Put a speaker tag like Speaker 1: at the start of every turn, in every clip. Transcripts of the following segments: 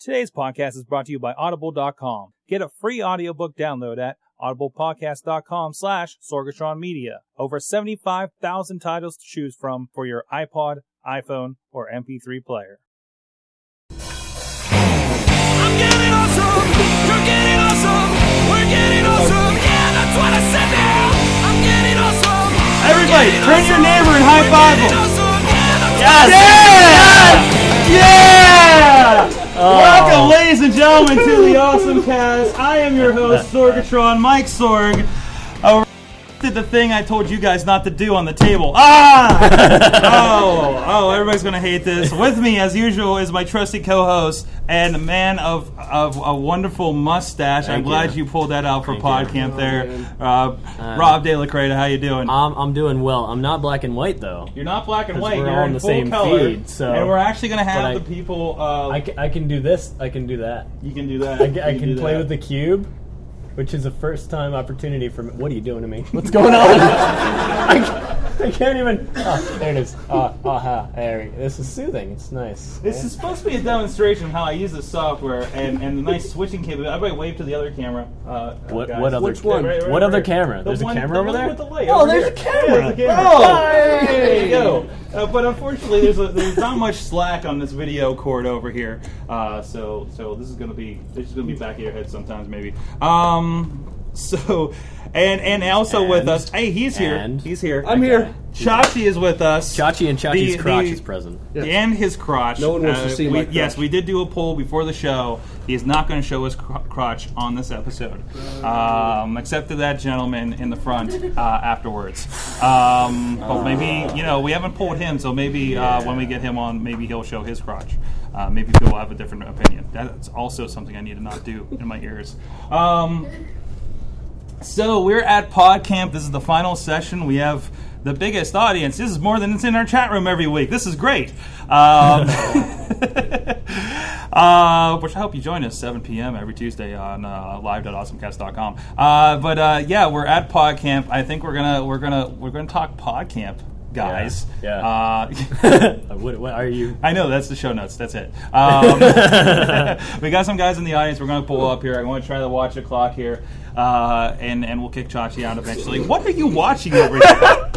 Speaker 1: Today's podcast is brought to you by Audible.com. Get a free audiobook download at audiblepodcast.com slash Sorgatron Media. Over 75,000 titles to choose from for your iPod, iPhone, or MP3 player.
Speaker 2: I'm getting awesome. You're getting awesome. We're getting awesome. Yeah, that's what I said now. I'm getting awesome.
Speaker 3: Everybody, turn to your neighbor and high five
Speaker 2: Getting
Speaker 3: him.
Speaker 2: awesome. Yeah, that's
Speaker 3: Yes! Yes! Yeah!
Speaker 4: Oh.
Speaker 3: Welcome, ladies and gentlemen, to the Awesome Cast. I am your host, Sorgatron, Mike Sorg. I did the thing I told you guys not to do on the table. Ah! oh, oh, everybody's gonna hate this. With me, as usual, is my trusty co-host and a man of of a wonderful mustache. I'm glad you. pulled that out for Pod Camp there, uh, Rob De La Creta. How you doing?
Speaker 4: I'm, I'm doing well. I'm not black and white though.
Speaker 3: You're not black and
Speaker 4: 'Cause
Speaker 3: white.
Speaker 4: we're
Speaker 3: You're
Speaker 4: all
Speaker 3: in
Speaker 4: on the
Speaker 3: full
Speaker 4: same
Speaker 3: color,
Speaker 4: feed, so-
Speaker 3: and we're actually going to have
Speaker 4: I-
Speaker 3: the people. Uh,
Speaker 4: I, ca- I can do this. I can do that.
Speaker 3: you can do that.
Speaker 4: I, ca- I can play with the cube, which is a first time opportunity for me. What are you doing to me? What's going on? I, ca- I can't even. Oh, there it is. Ah, aha. There. we- This is soothing. It's nice.
Speaker 3: This is supposed to be a demonstration of how I use the software and, and the nice switching capability. Everybody wave to the other camera. Uh,
Speaker 4: What-
Speaker 3: guys.
Speaker 4: what other
Speaker 3: Which
Speaker 4: ca-
Speaker 3: one? Right, right,
Speaker 4: what other
Speaker 3: right.
Speaker 4: camera?
Speaker 3: The
Speaker 4: There's a
Speaker 3: one-
Speaker 4: camera
Speaker 3: the
Speaker 4: over
Speaker 3: one
Speaker 4: there?
Speaker 3: with the light
Speaker 4: Oh,
Speaker 3: over
Speaker 4: there's
Speaker 3: here.
Speaker 4: a
Speaker 3: Yeah,
Speaker 4: camera.
Speaker 3: there's a camera.
Speaker 4: Oh.
Speaker 3: there you go. Uh, but unfortunately, there's, a, there's not much slack on this video cord over here. Uh, so so this is gonna be this is gonna be back of your head sometimes maybe. Um, so and and also with
Speaker 4: And-
Speaker 3: us, hey, he's here.
Speaker 4: and-
Speaker 3: he's here.
Speaker 5: I'm here.
Speaker 3: Chachi is with us.
Speaker 4: Chachi and Chachi's
Speaker 3: The-
Speaker 4: crotch
Speaker 3: the-
Speaker 4: is present.
Speaker 3: and his crotch. Uh,
Speaker 5: No one wants to see
Speaker 3: we,
Speaker 5: my crotch.
Speaker 3: Yes, we did do a poll before the show. He is not going to show his cr- crotch on this episode, um, except to that gentleman in the front uh, afterwards. Um, but maybe you know we haven't polled him, so maybe uh, when we get him on, maybe he'll show his crotch. Uh, maybe people will have a different opinion. That's also something I need to not do in my ears. Um, so we're at Pod Camp. This is the final session. We have the biggest audience. This is more than it's in our chat room every week. This is great. Um, uh, which I hope you join us 7 p.m. every Tuesday on uh, live.awesomecast.com. Uh, but uh, yeah, we're at Pod Camp. I think we're gonna we're gonna we're gonna talk Pod Camp, guys.
Speaker 4: Yeah.
Speaker 3: Uh,
Speaker 4: what, what are you?
Speaker 3: I know that's the show notes. That's it. Um, we got some guys in the audience. We're going to pull up here. I want to try to watch the clock here, uh, and and we'll kick Chachi out eventually. What are you watching over here?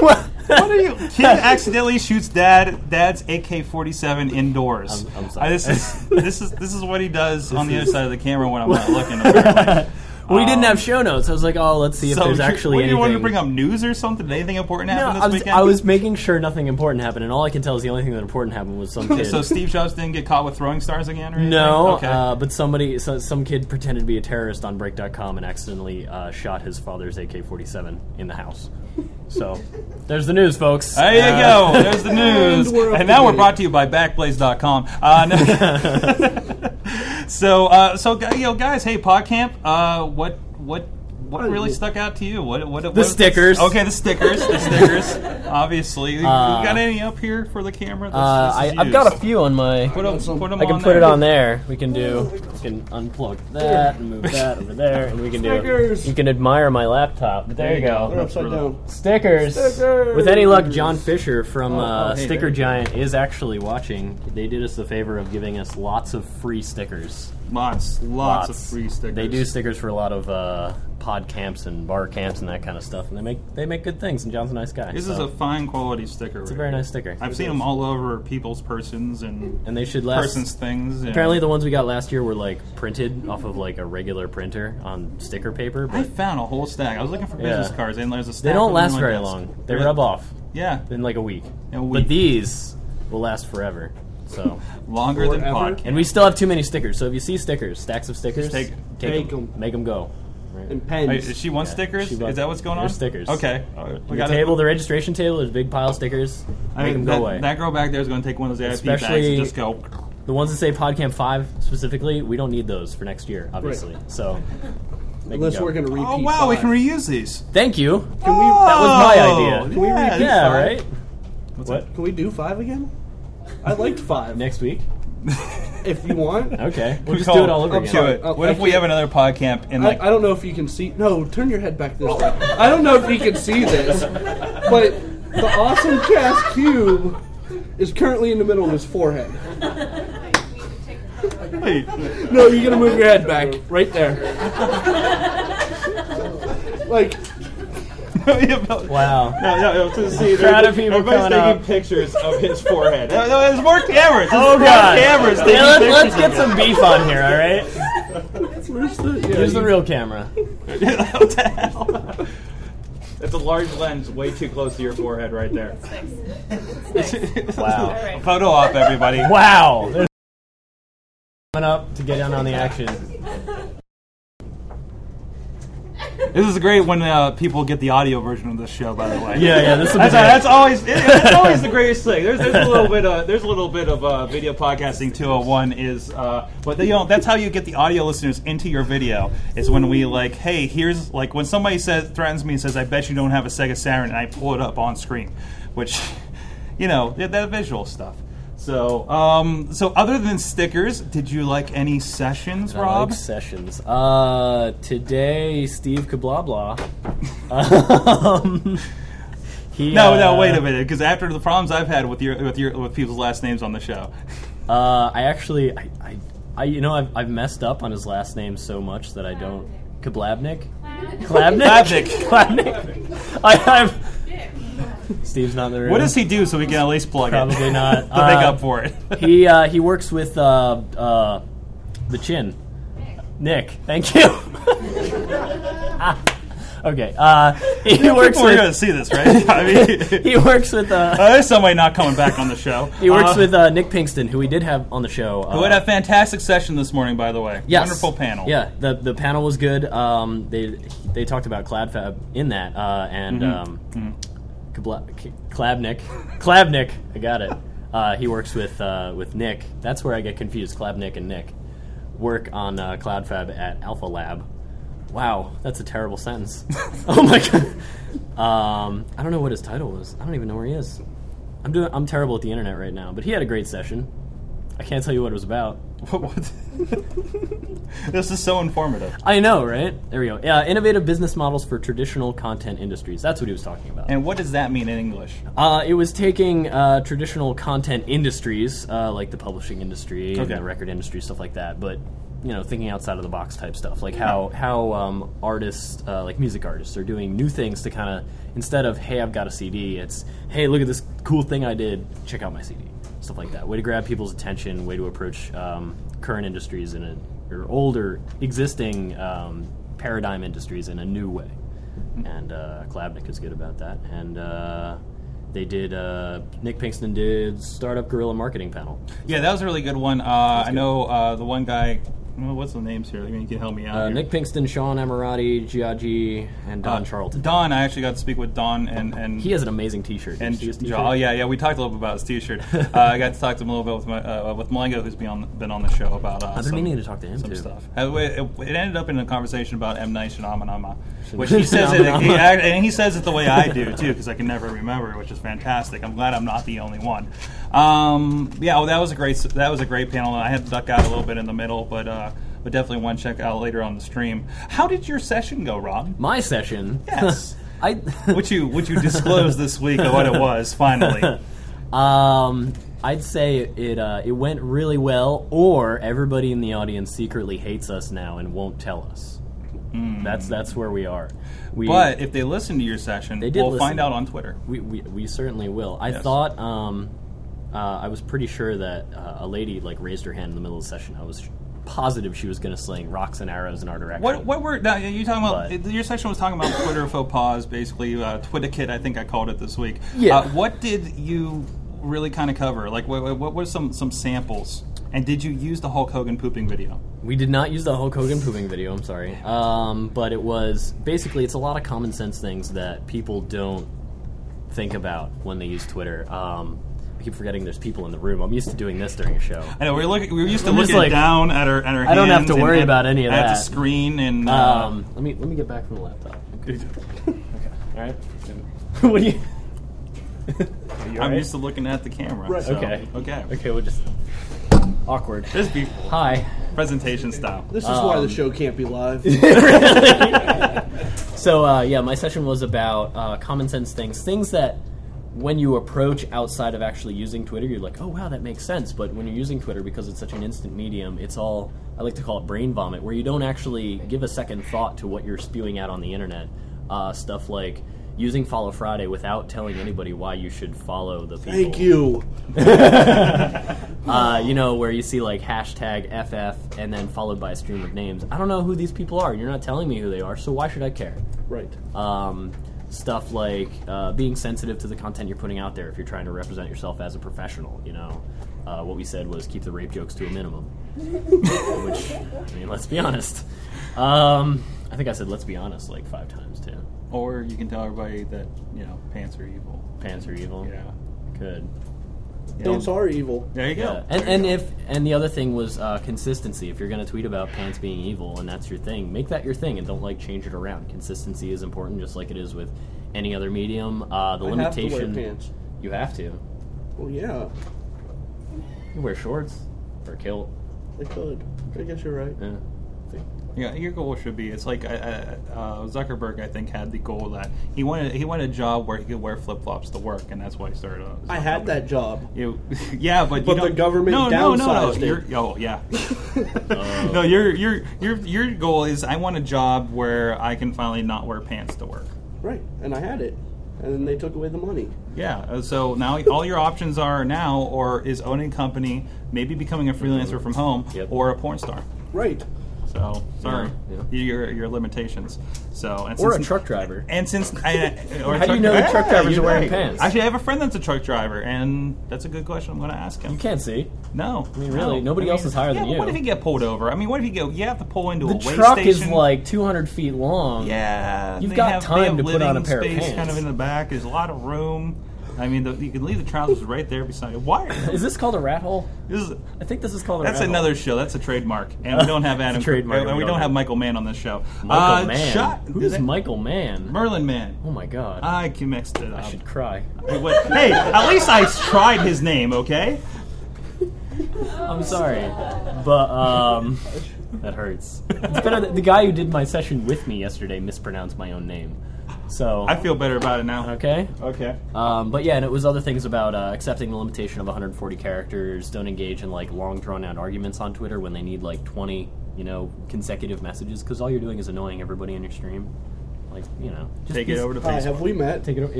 Speaker 3: What are you? Kid accidentally shoots dad. Dad's AK forty seven indoors.
Speaker 4: I'm- I'm sorry.
Speaker 3: Uh, this is this is this is what he does on the other side of the camera when I'm not looking. apparently.
Speaker 4: we didn't have show notes. I was like, oh, let's see if
Speaker 3: So
Speaker 4: there's
Speaker 3: you-
Speaker 4: actually
Speaker 3: what do you want to
Speaker 4: anything.
Speaker 3: bring up news or something? Did anything important
Speaker 4: No,
Speaker 3: happen
Speaker 4: I
Speaker 3: this
Speaker 4: was,
Speaker 3: weekend?
Speaker 4: I was making sure nothing important happened, and all I can tell is the only thing that important happened was some kid.
Speaker 3: So Steve Jobs didn't get caught with throwing stars again, or anything?
Speaker 4: No,
Speaker 3: Okay.
Speaker 4: uh, but somebody, so, some kid pretended to be a terrorist on Break.com and accidentally uh, shot his father's AK-47 in the house. So, there's the news, folks.
Speaker 3: There you
Speaker 4: Uh,
Speaker 3: go. There's the news.
Speaker 5: And we're
Speaker 3: And,
Speaker 5: up
Speaker 3: now
Speaker 5: to
Speaker 3: we're
Speaker 5: date.
Speaker 3: brought to you by Backblaze.com. Uh, no- so, uh, so gu- you know, guys, hey, PodCamp, uh, what, what, what really stuck out to you? What, what, the
Speaker 4: stickers.
Speaker 3: Okay, the stickers. The stickers. Obviously, you got any up here for the camera? This-
Speaker 4: Uh,
Speaker 3: this
Speaker 4: I,
Speaker 3: is
Speaker 4: I've got a
Speaker 3: used.
Speaker 4: few on my.
Speaker 3: Put 'em- put 'em
Speaker 4: I can
Speaker 3: on
Speaker 4: put
Speaker 3: there.
Speaker 4: it on there. We can do. We can unplug that and move that over there, and we can do.
Speaker 5: Stickers.
Speaker 4: You can admire my laptop. There, you go.
Speaker 5: They're upside down.
Speaker 4: Stickers.
Speaker 5: Stickers.
Speaker 4: With any luck, John Fisher from uh,
Speaker 3: Oh, hey, there
Speaker 4: Sticker
Speaker 3: you go.
Speaker 4: Giant is actually watching. They did us the favor of giving us lots of free stickers.
Speaker 3: Lots, lots, of free stickers.
Speaker 4: They do stickers for a lot of uh, pod camps and bar camps and that kind of stuff, and they make they make good things. And John's a nice guy.
Speaker 3: This is
Speaker 4: so
Speaker 3: a fine quality sticker. It's
Speaker 4: a very nice sticker.
Speaker 3: I've
Speaker 4: It
Speaker 3: seen
Speaker 4: is.
Speaker 3: them all over people's persons and
Speaker 4: and they should last.
Speaker 3: persons things. and-
Speaker 4: Apparently, the ones we got last year were like printed off of like a regular printer on sticker paper,
Speaker 3: I
Speaker 4: but
Speaker 3: found a whole stack. I was looking for business
Speaker 4: Yeah.
Speaker 3: cards, and there's a stack.
Speaker 4: they don't
Speaker 3: of them
Speaker 4: last
Speaker 3: like
Speaker 4: very
Speaker 3: this.
Speaker 4: long. They
Speaker 3: They're-
Speaker 4: rub off
Speaker 3: Yeah,
Speaker 4: in like a week.
Speaker 3: In a week.
Speaker 4: But these will last forever. So,
Speaker 3: longer than
Speaker 5: Forever.
Speaker 3: podcast.
Speaker 4: and we still have too many stickers. So if you see stickers, stacks of stickers,
Speaker 3: Just take-
Speaker 5: take
Speaker 4: 'em.
Speaker 5: 'em.
Speaker 4: make them go. Right.
Speaker 5: And
Speaker 3: Hey,
Speaker 5: pens.
Speaker 3: Is she wants
Speaker 4: Yeah,
Speaker 3: stickers?
Speaker 4: she bought-
Speaker 3: Is that what's going on?
Speaker 4: There's stickers.
Speaker 3: Okay.
Speaker 4: the table, the registration table, there's a big pile of stickers.
Speaker 3: I
Speaker 4: make
Speaker 3: mean,
Speaker 4: them
Speaker 3: that,
Speaker 4: go away.
Speaker 3: that girl back there is going to take one of those AIP bags
Speaker 4: Especially-
Speaker 3: and just go.
Speaker 4: The ones that say PodCamp 5 specifically, we don't need those for next year, obviously. So, make 'em
Speaker 5: Unless
Speaker 4: go.
Speaker 5: we're going to repeat.
Speaker 3: Oh wow, we
Speaker 5: five.
Speaker 3: can reuse these.
Speaker 4: Thank you.
Speaker 5: Can we?
Speaker 3: Oh,
Speaker 4: That was my idea.
Speaker 3: Can we yeah, repeat
Speaker 4: yeah,
Speaker 3: five?
Speaker 4: right? what?
Speaker 5: Can we do five again? I liked five.
Speaker 4: Next week?
Speaker 5: if you want.
Speaker 4: Okay. We'll
Speaker 3: We
Speaker 4: just
Speaker 3: call-
Speaker 4: do it all over
Speaker 3: up
Speaker 4: again.
Speaker 3: to it.
Speaker 5: Oh,
Speaker 3: What
Speaker 5: I
Speaker 3: if we have
Speaker 5: can't-
Speaker 3: another PodCamp and like
Speaker 5: I, I don't know if you can see. No, turn your head back this
Speaker 3: Oh.
Speaker 5: way. I don't know if you can see this, but the awesome cast cube is currently in the middle of his forehead.
Speaker 3: Wait.
Speaker 5: No, you're gonna move your head back. Right there. like,
Speaker 3: wow.
Speaker 4: Wow.
Speaker 3: No, no, no, to see,
Speaker 4: Crowd of people
Speaker 3: everybody's
Speaker 4: coming
Speaker 3: taking
Speaker 4: up.
Speaker 3: pictures of his forehead. No, no, there's more cameras. There's
Speaker 4: Oh
Speaker 3: more
Speaker 4: god.
Speaker 3: cameras taking
Speaker 4: Yeah, let's,
Speaker 3: pictures
Speaker 4: let's get some beef on here, all right?
Speaker 5: where's the? Yeah,
Speaker 4: Here's the
Speaker 5: you-
Speaker 4: real camera.
Speaker 3: what the hell? That's a large lens, way too close to your forehead, right there.
Speaker 4: Wow.
Speaker 3: Photo op, everybody.
Speaker 4: Wow. There's coming up to get in on the action.
Speaker 3: This is great when uh, people get the audio version of this show. By the way,
Speaker 4: Yeah, yeah. This will be
Speaker 3: That's,
Speaker 4: great.
Speaker 3: that's always it- it's always the greatest thing. There's, there's a little bit of there's a little bit of uh, video podcasting 201 is, uh, but you know that's how you get the audio listeners into your video is when we like, hey, here's like when somebody says threatens me and says, I bet you don't have a Sega Saturn, and I pull it up on screen, which, you know, that, that visual stuff. So, um, so other than stickers, did you like any sessions,
Speaker 4: I
Speaker 3: Rob?
Speaker 4: like sessions. Uh, today, Steve Kablabla. um, he,
Speaker 3: No,
Speaker 4: uh,
Speaker 3: no, wait a minute, because after the problems I've had with your with your with people's last names on the show,
Speaker 4: Uh, I actually, I, I, I you know, I've, I've messed up on his last name so much that I don't. Kablabnik? Klabnik? Klabnik. I have. Steve's not in the room.
Speaker 3: what does he do so we can at least plug it?
Speaker 4: Probably not.
Speaker 3: to make
Speaker 4: Uh,
Speaker 3: up for it.
Speaker 4: He uh, he works with uh, uh, the chin. Nick, thank you. okay, uh, he works
Speaker 3: People are going to
Speaker 4: with
Speaker 3: see this, right? I mean,
Speaker 4: he works with uh,
Speaker 3: uh, there's somebody not coming back on the show.
Speaker 4: he works
Speaker 3: Uh,
Speaker 4: with uh, Nick Pinkston, who we did have on the show. Uh,
Speaker 3: We had a fantastic session this morning, by the way.
Speaker 4: yes.
Speaker 3: Wonderful panel.
Speaker 4: Yeah, the the panel was good. Um, they they talked about CladFab in that, uh, and
Speaker 3: Mm-hmm.
Speaker 4: um, Kabla- K- Klabnik, Klabnik, I got it. Uh, he works with uh, with Nick. That's where I get confused. Klabnik and Nick work on uh, CloudFab at Alpha Lab. Wow, that's a terrible sentence. oh my god. Um, I don't know what his title was. I don't even know where he is. I'm doing. I'm terrible at the internet right now. But he had a great session. I can't tell you what it was about.
Speaker 3: What- what- this is so informative.
Speaker 4: I know, right? There we go. Yeah, innovative business models for traditional content industries. That's what he was talking about.
Speaker 3: And what does that mean in English?
Speaker 4: Uh, it was taking uh, traditional content industries, uh, like the publishing industry and
Speaker 3: Okay.
Speaker 4: the record industry, stuff like that, but you know, thinking outside of the box type stuff, like how how um, artists, uh, like music artists, are doing new things to kind of instead of hey, I've got a CD, it's hey, look at this cool thing I did, check out my CD, stuff like that. Way to grab people's attention, way to approach um, current industries in a or older existing um, paradigm industries in a new way. And uh, Klabnik is good about that, and. Uh, they did. Uh, Nick Pinkston did startup guerrilla marketing panel.
Speaker 3: Yeah, that was a really good one. Uh, I know uh, the one guy. well, What's the names here? I mean, you can help me out.
Speaker 4: Uh,
Speaker 3: here.
Speaker 4: Nick Pinkston, Sean Emirati, Giaggi, and Don
Speaker 3: Uh,
Speaker 4: Charlton.
Speaker 3: Don, I actually got to speak with Don and and
Speaker 4: He has an amazing T-shirt. Did you
Speaker 3: and
Speaker 4: see his
Speaker 3: Joe-
Speaker 4: t-shirt?
Speaker 3: oh yeah, yeah. We talked a little bit about his T-shirt. uh, I got to talk to him a little bit with my, uh, with Malengo, who's been on been on the show about. Uh,
Speaker 4: I've been
Speaker 3: some,
Speaker 4: meaning to talk to him
Speaker 3: some
Speaker 4: too.
Speaker 3: stuff. Uh, we- It, it ended up in a conversation about M Night Shyamalan, which he says it, he, act- and he says it the way I do too, because I can never remember, which is fantastic. I'm glad I'm not the only one. Um, yeah, well, that was a great s- that was a great panel. I had to duck out a little bit in the middle, but. Uh, but definitely one check out later on the stream. How did your session go, Rob?
Speaker 4: My session.
Speaker 3: Yes.
Speaker 4: I.
Speaker 3: Would you would you disclose this week of what it was finally?
Speaker 4: Um, I'd say it. Uh, it went really well, or everybody in the audience secretly hates us now and won't tell us. That's that's where we are. We,
Speaker 3: Hmm. But if they listen to your session,
Speaker 4: did
Speaker 3: we'll
Speaker 4: listen.
Speaker 3: find out on Twitter.
Speaker 4: We, we, we certainly will. I thought um, uh, I was pretty sure that uh, a lady like raised her hand in the middle of the session. I was sh- positive she was going to sling rocks and arrows in our direction.
Speaker 3: What what were now, you talking about?
Speaker 4: But-
Speaker 3: your session was talking about Twitter faux pas, basically uh, Twitter kit. I think I called it this week.
Speaker 4: Yeah.
Speaker 3: Uh, what did you really kind of cover? Like, what, what, what were some some samples? And did you use the Hulk Hogan pooping video?
Speaker 4: We did not use the Hulk Hogan pooping video. I'm sorry, um, but it was basically it's a lot of common sense things that people don't think about when they use Twitter. Um, I keep forgetting there's people in the room. I'm used to doing this during a show.
Speaker 3: I know we were looking. We were used to
Speaker 4: I'm just
Speaker 3: looking
Speaker 4: like-
Speaker 3: down at our at our.
Speaker 4: I don't have
Speaker 3: hands
Speaker 4: to
Speaker 3: and
Speaker 4: worry
Speaker 3: at-
Speaker 4: about any of
Speaker 3: at the
Speaker 4: that.
Speaker 3: screen and. uh,
Speaker 4: Um, let me let me get back from the laptop. All right. what do you?
Speaker 3: uh, I'm used to looking at the camera. so-
Speaker 4: Okay.
Speaker 3: Okay.
Speaker 4: Um, Okay, we'll just awkward.
Speaker 3: This be f-
Speaker 4: Hi.
Speaker 3: presentation style.
Speaker 5: this is why the show can't be live.
Speaker 4: So uh, yeah, my session was about uh, common sense things, things that when you approach outside of actually using Twitter, you're like, oh wow, that makes sense. But when you're using Twitter, because it's such an instant medium, it's all I like to call it brain vomit, where you don't actually give a second thought to what you're spewing out on the internet. Uh, stuff like using Follow Friday without telling anybody why you should follow the people.
Speaker 5: Thank you.
Speaker 4: Uh, you know, where you see like hashtag FF and then followed by a stream of names. I don't know who these people are. You're not telling me who they are, so why should I care?
Speaker 5: Right.
Speaker 4: um, stuff like uh, being sensitive to the content you're putting out there if you're trying to represent yourself as a professional you know uh, what we said was keep the rape jokes to a minimum which i mean let's be honest um, i think i said let's be honest like five times too
Speaker 3: Or you can tell everybody that you know pants are evil.
Speaker 4: pants are evil
Speaker 3: Yeah.
Speaker 4: good
Speaker 5: Pants are evil.
Speaker 3: There you go.
Speaker 4: Yeah. And, and if and the other thing was uh, consistency. If you're going to tweet about pants being evil and that's your thing, make that your thing and don't like change it around. Consistency is important, just like it is with any other medium. Uh, the
Speaker 5: I have to
Speaker 4: limitation
Speaker 5: wear pants.
Speaker 4: you have to.
Speaker 5: Well, yeah,
Speaker 4: You wear shorts or a kilt.
Speaker 5: I could. I guess you're right.
Speaker 4: Yeah.
Speaker 3: Yeah, your goal should be. It's like uh, uh, Zuckerberg, I think, had the goal that he wanted. He wanted a job where he could wear flip flops to work, and that's why he started. A,
Speaker 5: I had that job.
Speaker 3: You, yeah, but
Speaker 5: But
Speaker 3: you
Speaker 5: the
Speaker 3: don't-
Speaker 5: government
Speaker 3: no, no, no, no.
Speaker 5: downsized it.
Speaker 3: Your, oh, yeah. no, your your your your goal is I want a job where I can finally not wear pants to work.
Speaker 5: Right, and I had it, and then they took away the money.
Speaker 3: Yeah. uh, So now all your options are now, or is owning a company, maybe becoming a freelancer from home,
Speaker 4: Yep.
Speaker 3: or a porn star.
Speaker 5: Right.
Speaker 3: So sorry,
Speaker 4: Yeah,
Speaker 3: your your limitations. So and
Speaker 4: Or a
Speaker 3: since-
Speaker 4: truck driver.
Speaker 3: And since I, or
Speaker 4: How do you know the truck drivers are wearing pants?
Speaker 3: Actually, I have a friend that's a truck driver, and that's a good question. I'm going to ask him.
Speaker 4: You can't see.
Speaker 3: No, I
Speaker 4: mean, really, nobody else is higher
Speaker 3: yeah,
Speaker 4: than
Speaker 3: but
Speaker 4: you.
Speaker 3: What if you get pulled over? I mean, what if you get you have to pull into
Speaker 4: The
Speaker 3: a way
Speaker 4: truck
Speaker 3: station?
Speaker 4: is like 200 feet long.
Speaker 3: yeah,
Speaker 4: You've
Speaker 3: they
Speaker 4: got
Speaker 3: have, they
Speaker 4: time
Speaker 3: have
Speaker 4: to put on a
Speaker 3: living
Speaker 4: pair of
Speaker 3: space
Speaker 4: pants.
Speaker 3: Kind of in the back, there's a lot of room. I mean, the, you can leave the trousers right there beside you. Why?
Speaker 4: Is this called a rat hole?
Speaker 3: This is,
Speaker 4: I think this is called a
Speaker 3: that's
Speaker 4: rat hole.
Speaker 3: another show. That's a trademark, and we don't have Adam.
Speaker 4: trademark,
Speaker 3: and we, don't have Michael Mann on this show.
Speaker 4: Michael
Speaker 3: uh,
Speaker 4: Mann.
Speaker 3: Shot,
Speaker 4: Who
Speaker 3: is Ah.
Speaker 4: is
Speaker 3: that-
Speaker 4: Michael Mann?
Speaker 3: Merlin Mann.
Speaker 4: Oh my god.
Speaker 3: I can mix it
Speaker 4: I
Speaker 3: up.
Speaker 4: should cry.
Speaker 3: Wait, hey, at least I tried his name, okay?
Speaker 4: I'm sorry, but um, that hurts. It's better that the guy who did my session with me yesterday mispronounced my own name. So
Speaker 3: I feel better about it now.
Speaker 4: okay.
Speaker 3: Okay.
Speaker 4: Um, but yeah, and it was other things about uh, accepting the limitation of 140 characters. Don't engage in like long, drawn-out arguments on Twitter when they need like 20, you know, consecutive messages because all you're doing is annoying everybody in your stream. Like, you know, just
Speaker 3: Take
Speaker 4: be-
Speaker 3: it over to
Speaker 5: Hi,
Speaker 3: Facebook.
Speaker 5: Uh, have we met?
Speaker 6: Take it over.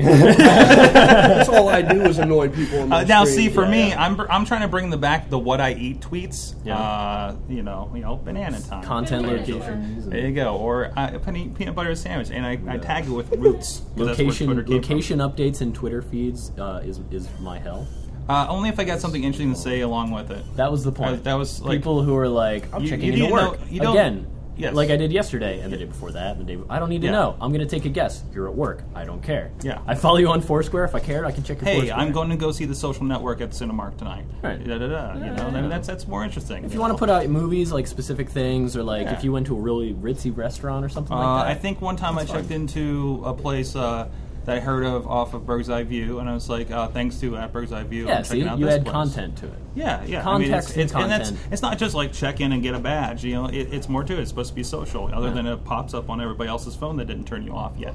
Speaker 5: That's all I do is annoy people. On
Speaker 3: Uh,
Speaker 5: my
Speaker 3: now, see,
Speaker 5: screen.
Speaker 3: for me, I'm, br- I'm trying to bring the back the what I eat tweets.
Speaker 4: Yeah.
Speaker 3: Uh, you know, you know, banana time.
Speaker 4: content locations.
Speaker 3: there
Speaker 4: and-
Speaker 3: you go, or uh, peanut, peanut butter sandwich, and I, I tag it with roots. 'cause that's where Twitter
Speaker 4: Location,
Speaker 3: came from.
Speaker 4: location updates and Twitter feeds uh, is is my hell.
Speaker 3: Uh, only if I got something interesting to say along with it.
Speaker 4: That was the point.
Speaker 3: That- that was, like-
Speaker 4: people who are like, I'm
Speaker 3: You-
Speaker 4: checking
Speaker 3: you
Speaker 4: into
Speaker 3: didn't know-
Speaker 4: work
Speaker 3: you don't-
Speaker 4: again.
Speaker 3: Yes.
Speaker 4: Like I did yesterday and the day before that and the day. I don't need to
Speaker 3: Yeah.
Speaker 4: know. I'm gonna take a guess. You're at work. I don't care.
Speaker 3: Yeah.
Speaker 4: I follow you on Foursquare. If I cared, I can check your.
Speaker 3: Hey,
Speaker 4: Foursquare.
Speaker 3: I'm going to go see the Social Network at Cinemark tonight.
Speaker 4: Right.
Speaker 3: Da, da, da, you know, I mean, that's that's more interesting.
Speaker 4: If you want to put out movies like specific things, or like
Speaker 3: Yeah.
Speaker 4: if you went to a really ritzy restaurant or something
Speaker 3: Uh,
Speaker 4: like that.
Speaker 3: I think one time I checked into a place uh, that I heard of off of Bird's Eye View, and I was like, uh, thanks to at Bird's Eye View,
Speaker 4: Yeah.
Speaker 3: I'm
Speaker 4: See,
Speaker 3: checking out
Speaker 4: you
Speaker 3: this
Speaker 4: add
Speaker 3: place.
Speaker 4: content to it.
Speaker 3: Yeah, yeah.
Speaker 4: Context
Speaker 3: I mean, it's, it's,
Speaker 4: and
Speaker 3: And that's,
Speaker 4: content.
Speaker 3: it's not just like check in and get a badge. You know, it, it's more to it. It's supposed to be social, other
Speaker 4: Yeah.
Speaker 3: than it pops up on everybody else's phone that didn't turn you off yet.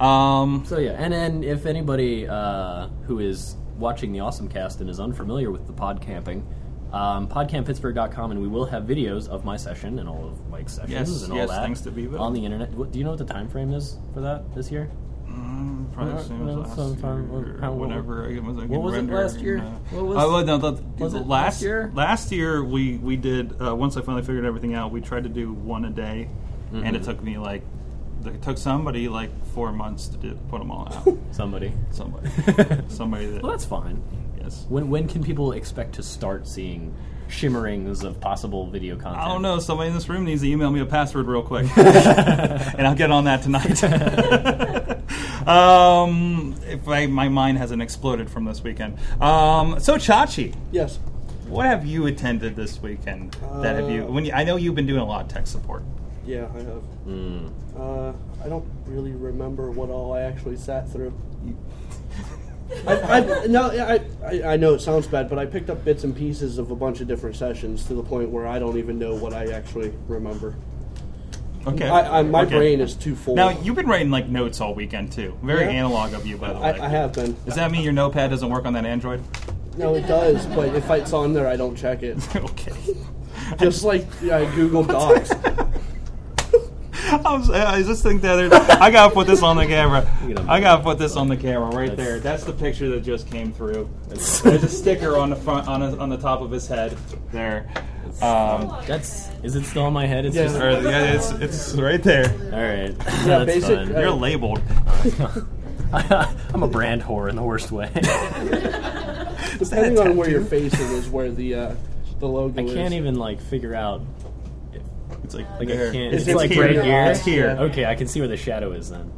Speaker 3: Um,
Speaker 4: So yeah, and then if anybody uh, who is watching the Awesome Cast and is unfamiliar with the pod camping, um, podcamppittsburgh.com, and we will have videos of my session and all of Mike's sessions
Speaker 3: Yes,
Speaker 4: and all
Speaker 3: yes,
Speaker 4: that
Speaker 3: thanks to Vivo.
Speaker 4: on the internet. What, do you know what the time frame is for that this year?
Speaker 3: probably
Speaker 4: Well,
Speaker 3: same as
Speaker 4: well,
Speaker 3: last
Speaker 4: sometime-
Speaker 3: year,
Speaker 4: how- what-
Speaker 3: whatever. It was like
Speaker 4: what was it
Speaker 3: render
Speaker 4: last
Speaker 3: and,
Speaker 4: year?
Speaker 3: uh,
Speaker 4: What was-
Speaker 3: oh, well, no, the,
Speaker 4: was
Speaker 3: the last,
Speaker 4: it last year?
Speaker 3: Last year we we did uh, once I finally figured everything out. We tried to do one a day, and
Speaker 4: Mm-hmm.
Speaker 3: it took me like it took somebody like four months to do, put them all out.
Speaker 4: Somebody.
Speaker 3: somebody, somebody that
Speaker 4: Well, that's fine.
Speaker 3: yes.
Speaker 4: When when can people expect to start seeing shimmerings of possible video content?
Speaker 3: I don't know. Somebody in this room needs to email me a password real quick, and I'll get on that tonight. um, if I, my mind hasn't exploded from this weekend. Um, so Chachi,
Speaker 5: Yes.
Speaker 3: what have you attended this weekend? that have
Speaker 5: Uh,
Speaker 3: you? When you, I know you've been doing a lot of tech support.
Speaker 5: Yeah, I have.
Speaker 3: Hmm.
Speaker 5: Uh, I don't really remember what all I actually sat through. I, I, no, I, I, I know it sounds bad, but I picked up bits and pieces of a bunch of different sessions to the point where I don't even know what I actually remember.
Speaker 3: Okay.
Speaker 5: I, I, my
Speaker 3: Okay.
Speaker 5: brain is too full.
Speaker 3: Now you've been writing like notes all weekend too. Very
Speaker 5: Yeah.
Speaker 3: analog of you, by the
Speaker 5: I,
Speaker 3: way.
Speaker 5: I have been.
Speaker 3: Does that mean your notepad doesn't work on that Android?
Speaker 5: No, it does, but if it's on there, I don't check it.
Speaker 3: okay.
Speaker 5: Just like yeah, Google Docs.
Speaker 3: I, was, I just think that there's- I gotta put this on the camera. I gotta put this on the camera right there. That's the picture that just came through. There's a sticker on the front on, his, on the top of his head there. Um,
Speaker 4: That's is it still on my head? It's
Speaker 5: Yeah.
Speaker 4: just all
Speaker 3: or, yeah, it's it's right there.
Speaker 4: right. That's
Speaker 5: Yeah, basic-
Speaker 4: fine.
Speaker 5: uh,
Speaker 3: You're labeled.
Speaker 4: I'm a brand whore in the worst way. I
Speaker 5: Depending on where you're facing is where the uh, the logo is.
Speaker 4: can't even like figure out.
Speaker 3: It's like,
Speaker 4: Like I
Speaker 3: there.
Speaker 4: can't.
Speaker 3: It's,
Speaker 4: It's,
Speaker 3: it's
Speaker 4: like
Speaker 3: here.
Speaker 4: right here.
Speaker 3: It's here.
Speaker 4: Okay, I can see where the shadow is then.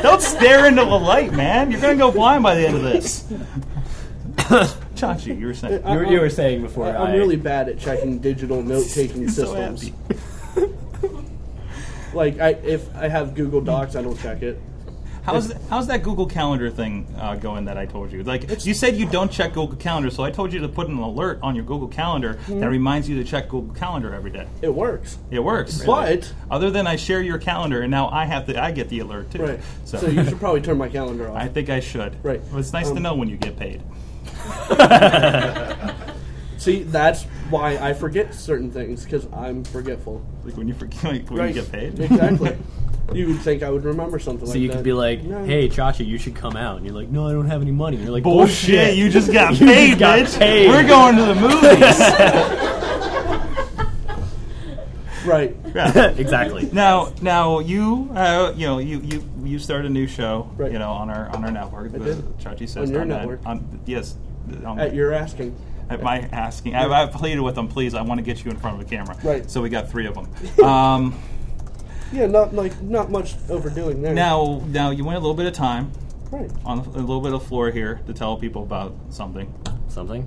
Speaker 3: Don't stare into the light, man. You're gonna go blind by the end of this. Chachi, you were saying.
Speaker 4: You were, you were saying before
Speaker 5: I- I'm really bad at checking digital note-taking
Speaker 3: So
Speaker 5: systems.
Speaker 3: happy.
Speaker 5: like, I, if I have Google Docs, I don't check it.
Speaker 3: How's how's that Google Calendar thing uh, going that I told you? Like you said, you don't check Google Calendar, so I told you to put an alert on your Google Calendar
Speaker 5: Mm-hmm.
Speaker 3: that reminds you to check Google Calendar every day.
Speaker 5: It works,
Speaker 3: It works.
Speaker 5: but
Speaker 3: Other than I share your calendar, and now I have to I get the alert too.
Speaker 5: right.
Speaker 3: So,
Speaker 5: So you should probably turn my calendar off.
Speaker 3: I think I should.
Speaker 5: Right. Um,
Speaker 3: Well, it's nice to know when you get paid.
Speaker 5: See, that's why I forget certain things because I'm forgetful.
Speaker 3: Like when you forget like, when
Speaker 5: Right.
Speaker 3: you get paid.
Speaker 5: Exactly. you would think I would remember something
Speaker 4: So
Speaker 5: like
Speaker 4: you
Speaker 5: that.
Speaker 4: could be like,
Speaker 5: No.
Speaker 4: "Hey, Chacha, you should come out," and you're like, "No, I don't have any money." And you're like,
Speaker 3: Bullshit! You just got
Speaker 4: You just
Speaker 3: paid,
Speaker 4: got
Speaker 3: bitch.
Speaker 4: paid.
Speaker 3: We're going to the movies.
Speaker 5: right.
Speaker 3: Yeah.
Speaker 4: exactly."
Speaker 3: Now, now you, uh, you know, you, you you start a new show,
Speaker 5: Right.
Speaker 3: you know, on our on our network. the
Speaker 5: did.
Speaker 3: Chachi says
Speaker 5: On your
Speaker 3: that-
Speaker 5: network.
Speaker 3: on- yes. On,
Speaker 5: At your asking.
Speaker 3: at my asking, I, I pleaded with them, please. I want to get you in front of a camera.
Speaker 5: Right.
Speaker 3: So we got three of them. Um,
Speaker 5: Yeah, not like not much overdoing there.
Speaker 3: now, now you went a little bit of time
Speaker 5: Right.
Speaker 3: on the- a little bit of floor here to tell people about something.
Speaker 4: Something.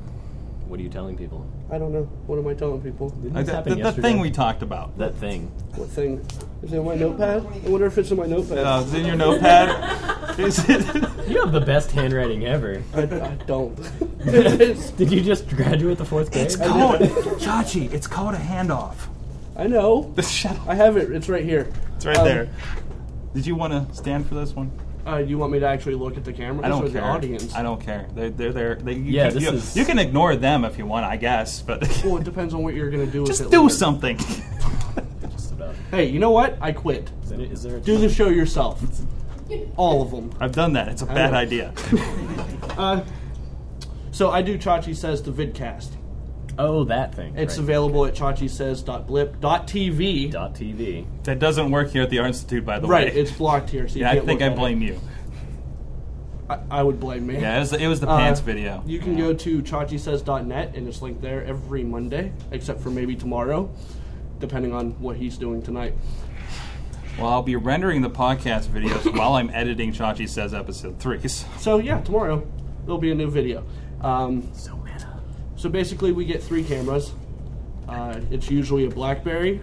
Speaker 4: What are you telling people?
Speaker 5: I don't know. What am I telling people?
Speaker 3: Like the,
Speaker 4: happened
Speaker 3: the- the thing
Speaker 4: yesterday.
Speaker 3: we talked about.
Speaker 4: That thing.
Speaker 5: What thing? Is it on my notepad? I wonder if it's in my notepad.
Speaker 3: Uh, it's in your notepad. Is it-
Speaker 4: You have the best handwriting ever.
Speaker 5: I, I don't. It's-
Speaker 4: Did you just graduate the fourth grade?
Speaker 3: called, Chachi, it's called a handoff.
Speaker 5: I know.
Speaker 3: Shut up.
Speaker 5: I have it. It's right here.
Speaker 3: It's right
Speaker 5: Um,
Speaker 3: there. Did you want to stand for this one?
Speaker 5: Uh, you want me to actually look at the camera?
Speaker 3: I
Speaker 5: This
Speaker 3: don't
Speaker 5: was
Speaker 3: care.
Speaker 5: The audience.
Speaker 3: I don't care. They're they're, they're they, you
Speaker 4: Yeah,
Speaker 3: can,
Speaker 4: this
Speaker 3: you,
Speaker 4: is-
Speaker 3: you can ignore them if you want, I guess. But
Speaker 5: Well, it depends on what you're gonna do.
Speaker 3: just
Speaker 5: with it
Speaker 3: do
Speaker 5: later.
Speaker 3: something.
Speaker 4: Just about.
Speaker 5: Hey, you know what? I quit.
Speaker 4: Is there- is there a
Speaker 5: Do the show yourself. All of them.
Speaker 3: I've done that. It's a bad
Speaker 5: know.
Speaker 3: idea.
Speaker 5: Uh, so I do Chachi Says the vidcast.
Speaker 4: Oh, that thing.
Speaker 5: It's
Speaker 4: right.
Speaker 5: available at chachisays.blip.tv.
Speaker 4: Dot TV.
Speaker 3: That doesn't work here at the Art Institute, by the
Speaker 5: Right,
Speaker 3: way.
Speaker 5: it's blocked here. So you
Speaker 3: yeah, I
Speaker 5: can't
Speaker 3: think I
Speaker 5: look at
Speaker 3: blame you.
Speaker 5: it. I, I would blame me.
Speaker 3: Yeah, it was, it was the
Speaker 5: Uh,
Speaker 3: pants video.
Speaker 5: You can go to chachisays.net and it's linked there every Monday, except for maybe tomorrow, depending on what he's doing tonight.
Speaker 3: Well, I'll be rendering the podcast videos while I'm editing Chachi Says episode three. So
Speaker 5: So yeah, tomorrow there'll be a new video. Um,
Speaker 4: So meta.
Speaker 5: So basically, we get three cameras. Uh, it's usually a BlackBerry.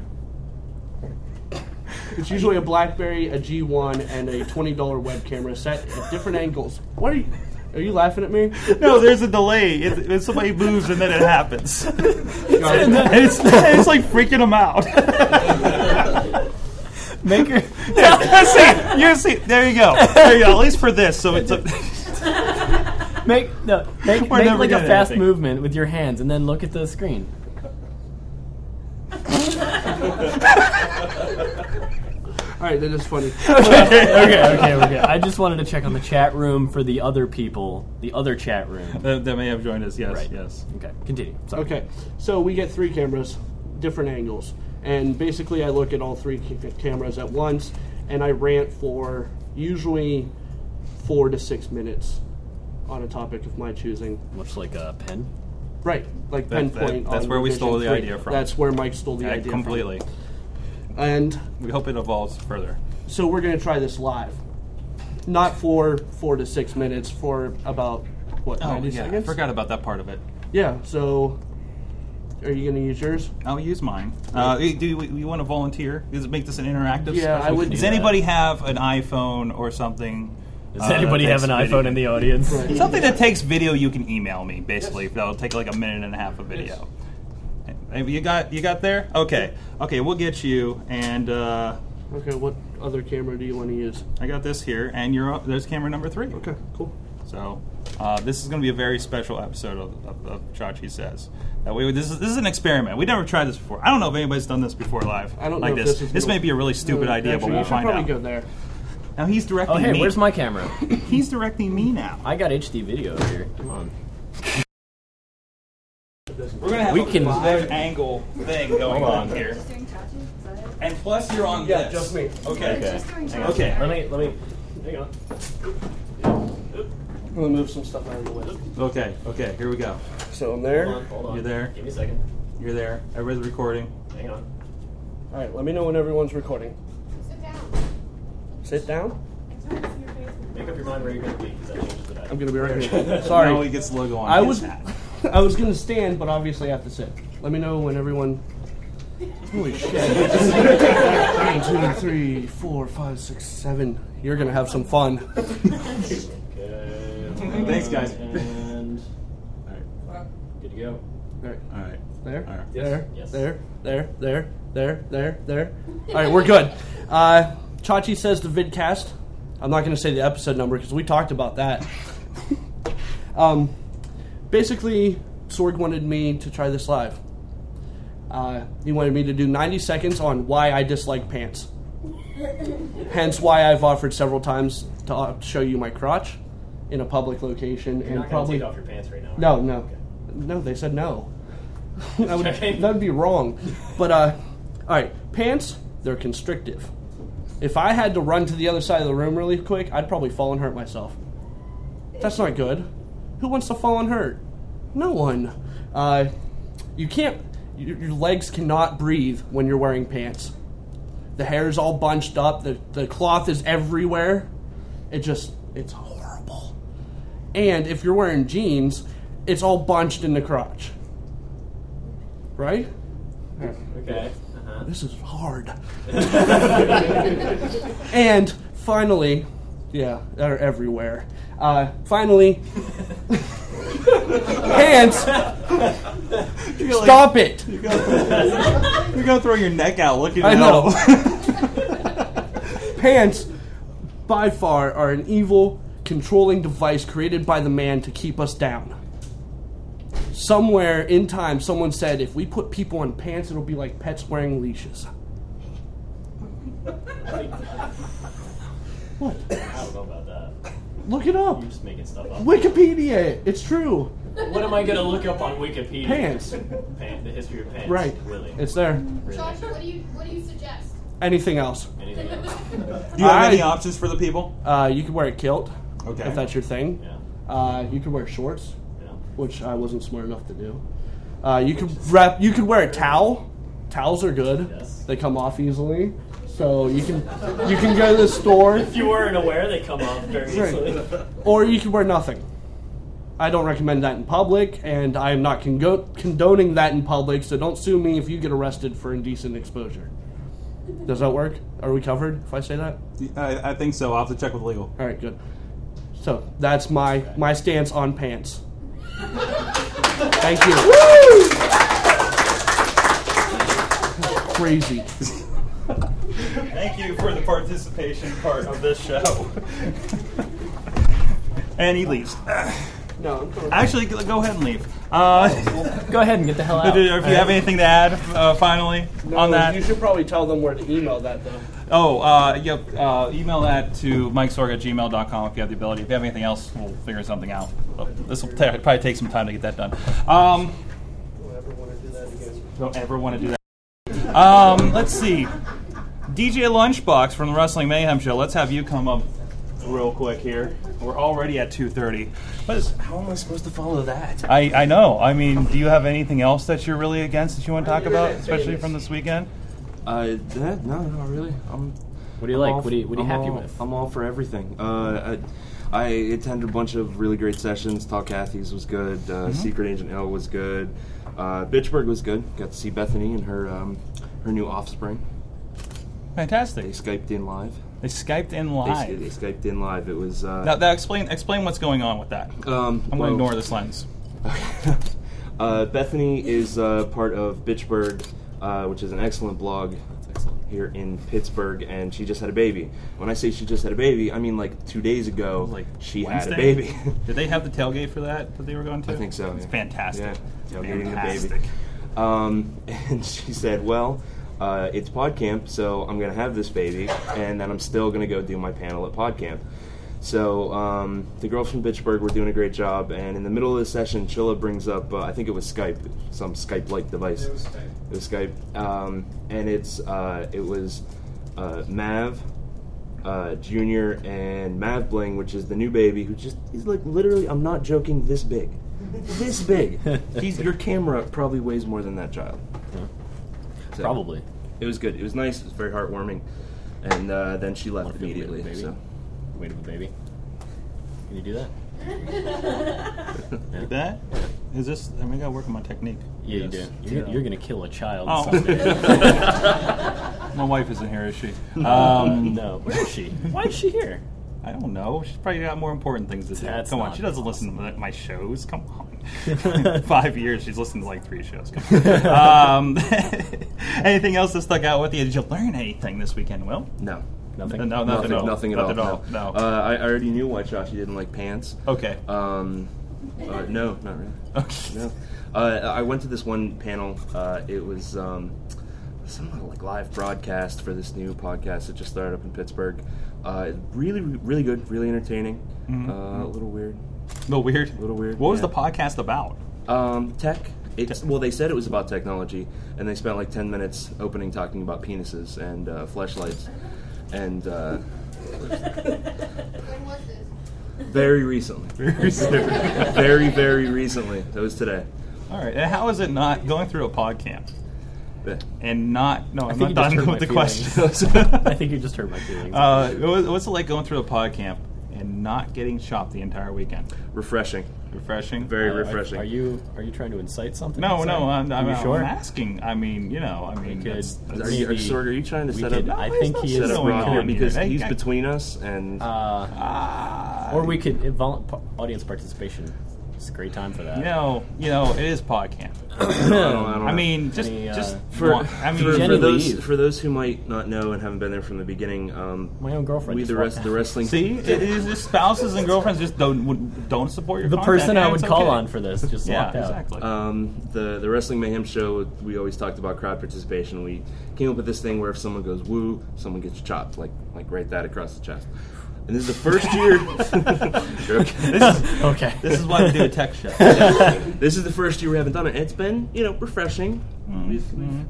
Speaker 5: It's usually a BlackBerry, a G1, and a twenty-dollar web camera set at different angles. What are you? Are you laughing at me?
Speaker 3: no, there's a delay. It, it, somebody moves and then it happens. and
Speaker 5: Guys,
Speaker 3: it's, it's like freaking them out.
Speaker 4: Make her.
Speaker 3: Let's see. You see. There you go. There you go. At least for this. So it's a.
Speaker 4: Make no. Make,
Speaker 3: We're
Speaker 4: make
Speaker 3: never
Speaker 4: like a
Speaker 3: getting
Speaker 4: fast
Speaker 3: anything.
Speaker 4: movement with your hands, and then look at the screen.
Speaker 5: All right, that is funny.
Speaker 4: okay, okay, we're good. I just wanted to check on the chat room for the other people, the other chat room.
Speaker 3: That, that may have joined us. Yes.
Speaker 4: Right.
Speaker 3: Yes.
Speaker 4: Okay, continue. Sorry.
Speaker 5: Okay, so we get three cameras, different angles, and basically I look at all three ca- cameras at once, and I rant for usually four to six minutes on a topic of my choosing.
Speaker 4: Much like a pen.
Speaker 5: Right, like
Speaker 3: That-
Speaker 5: pen
Speaker 3: that-
Speaker 5: point.
Speaker 3: that's
Speaker 5: on
Speaker 3: where we stole the
Speaker 5: revision three.
Speaker 3: idea from.
Speaker 5: That's where Mike stole the
Speaker 3: Yeah,
Speaker 5: idea from.
Speaker 3: completely.
Speaker 5: And
Speaker 3: We hope it evolves further.
Speaker 5: so we're going to try this live, not for four to six minutes, for about what ninety
Speaker 3: Oh, I
Speaker 5: seconds.
Speaker 3: forgot about that part of it.
Speaker 5: Yeah. So, are you going to use yours?
Speaker 3: I'll use mine. Uh, do you, you want to volunteer? Does it make this an interactive?
Speaker 5: Yeah,
Speaker 3: special?
Speaker 5: I would-
Speaker 3: Does
Speaker 4: do that.
Speaker 3: anybody have an iPhone or something? Uh,
Speaker 4: Does anybody have an iPhone in the audience?
Speaker 3: Something that takes video, you can email me. Basically, that'll take like a minute and a half of video. Hey, You got you got there? Okay, okay, we'll get you. And uh,
Speaker 5: Okay, what other camera do you want to use?
Speaker 3: I got this here, and you're up- there's camera number three.
Speaker 5: Okay, cool.
Speaker 3: So uh, this is going to be a very special episode of, of, of Chachi Says. That way, this is this is an experiment. We never tried this before. I don't know if anybody's done this before live.
Speaker 5: I don't
Speaker 3: like
Speaker 5: know if
Speaker 3: this.
Speaker 5: this is
Speaker 3: this
Speaker 5: gonna-
Speaker 3: may be a really stupid
Speaker 5: No,
Speaker 3: idea, but
Speaker 5: actually,
Speaker 3: we'll
Speaker 5: you should
Speaker 3: find
Speaker 5: probably
Speaker 3: out.
Speaker 5: go there.
Speaker 3: Now he's directing
Speaker 4: Oh, hey,
Speaker 3: me.
Speaker 4: where's my camera?
Speaker 3: He's directing me now.
Speaker 4: I got HD video over here. Come on.
Speaker 3: We're gonna have
Speaker 4: We
Speaker 3: a
Speaker 4: can-
Speaker 3: live angle thing going on here.
Speaker 7: Doing touches, is that it?
Speaker 3: And plus, you're on
Speaker 5: Yeah,
Speaker 3: this.
Speaker 5: just me.
Speaker 3: Okay.
Speaker 7: Just doing touches.
Speaker 3: Okay.
Speaker 4: Let me, let me. Hang on.
Speaker 5: I'm gonna move some stuff out of the way.
Speaker 3: Okay. Okay. Here we go.
Speaker 5: So
Speaker 4: Hold
Speaker 5: I'm
Speaker 4: on,
Speaker 5: there.
Speaker 4: hold on.
Speaker 3: You're there.
Speaker 4: Give me a second.
Speaker 3: You're there. Everybody's recording.
Speaker 4: Hang on.
Speaker 5: All right, let me know when everyone's recording.
Speaker 7: Sit down.
Speaker 5: Sit down.
Speaker 7: It's not in your face.
Speaker 4: Make up your mind where you're going to be, because that changes the dial.
Speaker 5: I'm gonna be right here.
Speaker 3: Now he
Speaker 5: Sorry,
Speaker 3: gets the logo on.
Speaker 5: I
Speaker 3: his
Speaker 5: was,
Speaker 3: hat.
Speaker 5: I was gonna stand, but obviously I have to sit. Let me know when everyone. Holy shit! One, two, three, four, five, six, seven. You're gonna have some fun.
Speaker 4: Okay.
Speaker 3: Thanks, guys.
Speaker 4: And.
Speaker 3: Alright.
Speaker 4: Good to go.
Speaker 5: All right.
Speaker 3: All right.
Speaker 5: There,
Speaker 3: All right.
Speaker 5: there,
Speaker 4: Yes.
Speaker 5: there, there, there, there, there, there. All right, we're good. Uh, Chachi says the vidcast. I'm not going to say the episode number because we talked about that. um, basically, Sorg wanted me to try this live. Uh, he wanted me to do 90 seconds on why I dislike pants. Hence, why I've offered several times to uh, show you my crotch in a public location
Speaker 4: You're
Speaker 5: and
Speaker 4: not going
Speaker 5: probably
Speaker 4: to take off your pants right now. right?
Speaker 5: no, no, no. They said no. that would
Speaker 4: Okay.
Speaker 5: that'd be wrong. But uh, all right, pants. They're constrictive. If I had to run to the other side of the room really quick, I'd probably fall and hurt myself. That's not good. Who wants to fall and hurt? No one. Uh, you can't. Your, your legs cannot breathe when you're wearing pants. The hair is all bunched up. The the cloth is everywhere. It just it's horrible. And if you're wearing jeans, it's all bunched in the crotch. Right?
Speaker 4: Okay. Uh-huh.
Speaker 5: This is hard. and finally, yeah, they're everywhere. Uh, finally, pants. Stop it.
Speaker 3: You're gonna throw your neck out looking.
Speaker 5: I
Speaker 3: at
Speaker 5: know. Pants, by far, are an evil, controlling device created by the man to keep us down. Somewhere in time, someone said, if we put people in pants, it'll be like pets wearing leashes.
Speaker 4: I don't know about that.
Speaker 5: Look it up.
Speaker 4: I'm just making stuff up.
Speaker 5: Wikipedia it. It's true.
Speaker 4: What am I going to look up on Wikipedia?
Speaker 5: Pants.
Speaker 4: Pant, the history of pants.
Speaker 5: Right.
Speaker 4: Really.
Speaker 5: It's there.
Speaker 4: really.
Speaker 8: Josh, what do you what do you suggest?
Speaker 5: Anything else?
Speaker 4: Anything else?
Speaker 3: Do you have any
Speaker 5: I-
Speaker 3: options for the people?
Speaker 5: Uh, you could wear a kilt,
Speaker 3: Okay.
Speaker 5: if that's your thing.
Speaker 4: Yeah.
Speaker 5: Uh, you could wear shorts,
Speaker 4: Yeah.
Speaker 5: which I wasn't smart enough to do. Uh, you could wrap. You could wear a towel. Towels are good.
Speaker 4: Yes.
Speaker 5: They come off easily, so you can you can go to the store,
Speaker 4: If you weren't aware, they come off very easily.
Speaker 5: or you can wear nothing. I don't recommend that in public, and I am not congo- condoning that in public. So don't sue me if you get arrested for indecent exposure. Does that work? Are we covered if I say that?
Speaker 3: I, I think so. I'll have to check with legal.
Speaker 5: All right, good. So that's my my stance on pants. Thank you. Crazy.
Speaker 3: Thank you for the participation part of this show. and he leaves.
Speaker 5: No, I'm sorry.
Speaker 3: Actually, go go ahead and leave. Uh,
Speaker 4: Go ahead and get the hell
Speaker 3: if you have anything to add, uh, finally on that.
Speaker 5: You should probably tell them where to email that though.
Speaker 3: Oh, uh, yep. Uh, email that to mikesorg at gmail.com if you have the ability. If you have anything else, we'll figure something out. This will probably take some time to get that done. Um, don't ever want to do that. Um, let's see. DJ Lunchbox from the Wrestling Mayhem Show. Let's have you come up real quick here. We're already at 2.30. But it's-
Speaker 9: How am I supposed to follow that?
Speaker 3: I, I know. I mean, do you have anything else that you're really against that you want to talk about, especially from this weekend?
Speaker 9: Uh, that? No, not really. I'm.
Speaker 4: What do you like?
Speaker 9: all-
Speaker 4: What are you, what are you
Speaker 9: I'm
Speaker 4: happy
Speaker 9: all-
Speaker 4: with?
Speaker 9: I'm all for everything. Uh, I, I attended a bunch of really great sessions. Talk Cathy's was good. Uh,
Speaker 4: Mm-hmm.
Speaker 9: Secret Agent L was good. Uh, Bitchburg was good. Got to see Bethany and her um, her new offspring. They
Speaker 3: Fantastic.
Speaker 9: skyped in live.
Speaker 3: They Skyped in
Speaker 9: They, s- they
Speaker 3: live.
Speaker 9: skyped in live. It was. Uh,
Speaker 3: Now, that explain explain what's going on with that.
Speaker 9: um,
Speaker 3: I'm
Speaker 9: well,
Speaker 3: gonna ignore this lens.
Speaker 9: Uh, Bethany is uh, part of Bitchburg, uh, which is an excellent blog here in Pittsburgh, and she just had a baby. When I say she just had a baby, I mean like two days ago,
Speaker 3: Like
Speaker 9: she
Speaker 3: Wednesday?
Speaker 9: had a baby.
Speaker 3: Did they have the tailgate for that that they were going to?
Speaker 9: I think so.
Speaker 3: It's
Speaker 9: yeah.
Speaker 3: fantastic.
Speaker 9: Yeah, tailgating the
Speaker 3: fantastic.
Speaker 9: baby. Um, and she said, "Well, uh, it's pod camp, so I'm gonna have this baby, and then I'm still gonna go do my panel at pod camp." So um, the girls from Bitchburg were doing a great job, and in the middle of the session, Chilla brings up, uh, I think it was Skype, some Skype-like device. It was Skype. um, and it's uh, it was uh, Mav. Uh, Junior and Mav Bling, which is the new baby, who just is like literally, I'm not joking, this big. This big. He's, your camera probably weighs more than that child. So-
Speaker 4: Probably.
Speaker 9: it was good. It was nice. It was very heartwarming. And uh, then she left
Speaker 4: Wanna feel the weight of the
Speaker 9: immediately.
Speaker 4: baby?
Speaker 9: So.
Speaker 4: Weight of a baby. Can you do that?
Speaker 3: Like that? Is this? I mean, I gotta work on my technique.
Speaker 4: Yeah,
Speaker 3: Yes.
Speaker 4: you do. You're, you're gonna kill a child
Speaker 3: Oh.
Speaker 4: someday.
Speaker 3: My wife isn't here, is she? Um,
Speaker 4: no, where is she? Why is she here?
Speaker 3: I don't know. She's probably got more important things to do.
Speaker 4: That's
Speaker 3: Come on,
Speaker 4: not
Speaker 3: she doesn't listen to my shows. Come on. Five years, she's listened to like three shows. Come on. um, anything else that stuck out with you? Did you learn anything this weekend, Will?
Speaker 9: No.
Speaker 3: No,
Speaker 4: Oh, Nothing.
Speaker 3: nothing,
Speaker 9: Nothing,
Speaker 3: at all.
Speaker 9: nothing at all.
Speaker 3: No. Oh.
Speaker 9: No. Uh, I already knew why Josh didn't like pants.
Speaker 3: okay.
Speaker 9: Um, uh, no, not really.
Speaker 3: okay.
Speaker 9: No. Uh, I went to this one panel. Uh, it was um, some kind of like live broadcast for this new podcast that just started up in Pittsburgh. Uh, really, really good, really entertaining. Uh, a little weird.
Speaker 3: No weird.
Speaker 9: little weird,
Speaker 3: What was
Speaker 9: yeah.
Speaker 3: the podcast about?
Speaker 9: Um, tech. It's, well, they said it was about technology, and they spent like ten minutes opening talking about penises and uh, fleshlights, and uh,
Speaker 7: When was this?
Speaker 9: very recently, very, very, very recently. That was today.
Speaker 3: All right. And how is it not going through a pod camp
Speaker 9: Yeah.
Speaker 3: and not? No, I am
Speaker 4: think
Speaker 3: not
Speaker 4: you
Speaker 3: done
Speaker 4: just hurt
Speaker 3: with
Speaker 4: my
Speaker 3: the
Speaker 4: feelings.
Speaker 3: questions.
Speaker 4: I think you just hurt my feelings.
Speaker 3: uh, what- what's it like going through a pod camp and not getting chopped the entire weekend?
Speaker 9: Refreshing,
Speaker 3: Refreshing.
Speaker 9: very
Speaker 4: Uh, are-
Speaker 9: refreshing.
Speaker 4: Are, you are you trying to incite something?
Speaker 3: No,
Speaker 4: Sorry.
Speaker 3: no, I'm, I'm,
Speaker 4: you
Speaker 3: I'm
Speaker 4: sure?
Speaker 3: asking. I mean, you know, I mean,
Speaker 4: could-
Speaker 3: that's, that's-
Speaker 9: Are you, are,
Speaker 4: maybe
Speaker 9: Sorg, are you trying to
Speaker 4: we
Speaker 9: set
Speaker 4: could-
Speaker 9: up?
Speaker 4: I think he
Speaker 9: set
Speaker 4: is
Speaker 9: up
Speaker 3: going
Speaker 9: Rob
Speaker 3: on
Speaker 9: here
Speaker 3: here.
Speaker 9: because
Speaker 3: Hey,
Speaker 9: he's
Speaker 3: guy- ah,
Speaker 9: between us and
Speaker 4: Um, Uh, Or we could it, vol- pa- audience participation. It's a great time for that.
Speaker 3: you know, you know, it is pod camp.
Speaker 9: I, don't, I, don't
Speaker 3: I
Speaker 9: know.
Speaker 3: mean, just,
Speaker 4: Any, uh,
Speaker 3: just
Speaker 9: for,
Speaker 3: want- I mean,
Speaker 9: for, for
Speaker 4: Jenny
Speaker 9: those
Speaker 4: Lee.
Speaker 9: for those who might not know and haven't been there from the beginning, um,
Speaker 4: My own girlfriend
Speaker 9: we
Speaker 4: just
Speaker 9: the
Speaker 4: walked
Speaker 9: rest
Speaker 4: out.
Speaker 9: the wrestling
Speaker 3: see, it is just spouses and girlfriends just don't would- don't support your
Speaker 4: The
Speaker 3: content,
Speaker 4: person
Speaker 3: and
Speaker 4: I would
Speaker 3: it's
Speaker 4: call
Speaker 3: okay.
Speaker 4: on for this just
Speaker 3: Yeah,
Speaker 4: walked out.
Speaker 3: exactly.
Speaker 9: Um, the the wrestling mayhem show. We always talked about crowd participation. We came up with this thing where if someone goes woo, someone gets chopped, like like right that across the chest. And this is the first year. You're okay.
Speaker 3: this, is,
Speaker 4: Okay.
Speaker 3: this is why we do a tech show.
Speaker 9: this is the first year we haven't done it. It's been you know refreshing. We've, we've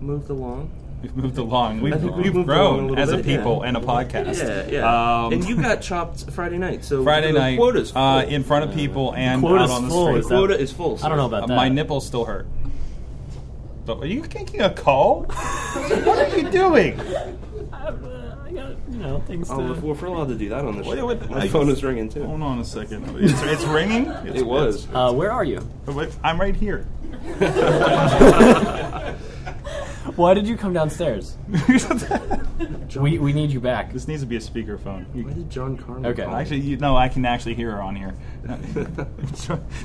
Speaker 9: moved along.
Speaker 3: We've moved along. We've,
Speaker 9: I think
Speaker 3: we've,
Speaker 9: we've moved along a
Speaker 3: grown
Speaker 9: little
Speaker 3: as a
Speaker 9: bit,
Speaker 3: people
Speaker 9: yeah.
Speaker 3: and a podcast.
Speaker 9: Yeah, yeah.
Speaker 3: Um,
Speaker 9: and you got chopped Friday night, so
Speaker 3: Friday
Speaker 9: the
Speaker 3: night,
Speaker 9: quotas full.
Speaker 3: uh, in front of people and out
Speaker 4: quota's
Speaker 3: on the
Speaker 4: full,
Speaker 3: street.
Speaker 4: is that-
Speaker 9: quota is full.
Speaker 4: I don't know
Speaker 9: sir.
Speaker 4: about
Speaker 3: Uh,
Speaker 4: that.
Speaker 3: my nipples still hurt. So, are you taking a call? what are you doing?
Speaker 4: Uh, I got you know things
Speaker 9: Oh, we're, we're allowed to do that on the
Speaker 3: What-
Speaker 9: show.
Speaker 3: what-
Speaker 9: My
Speaker 3: I-
Speaker 9: phone is ringing too.
Speaker 3: Hold on a second. It's, it's ringing. It's,
Speaker 9: It was.
Speaker 4: Uh, where are you?
Speaker 3: it's- wait, I'm right here.
Speaker 4: Why did you come downstairs? We, we need you back.
Speaker 3: this needs to be a speakerphone.
Speaker 9: Why
Speaker 3: You-
Speaker 9: did John Carmen?
Speaker 4: Okay.
Speaker 9: call me?
Speaker 3: Actually, you, no, I can actually hear her on here.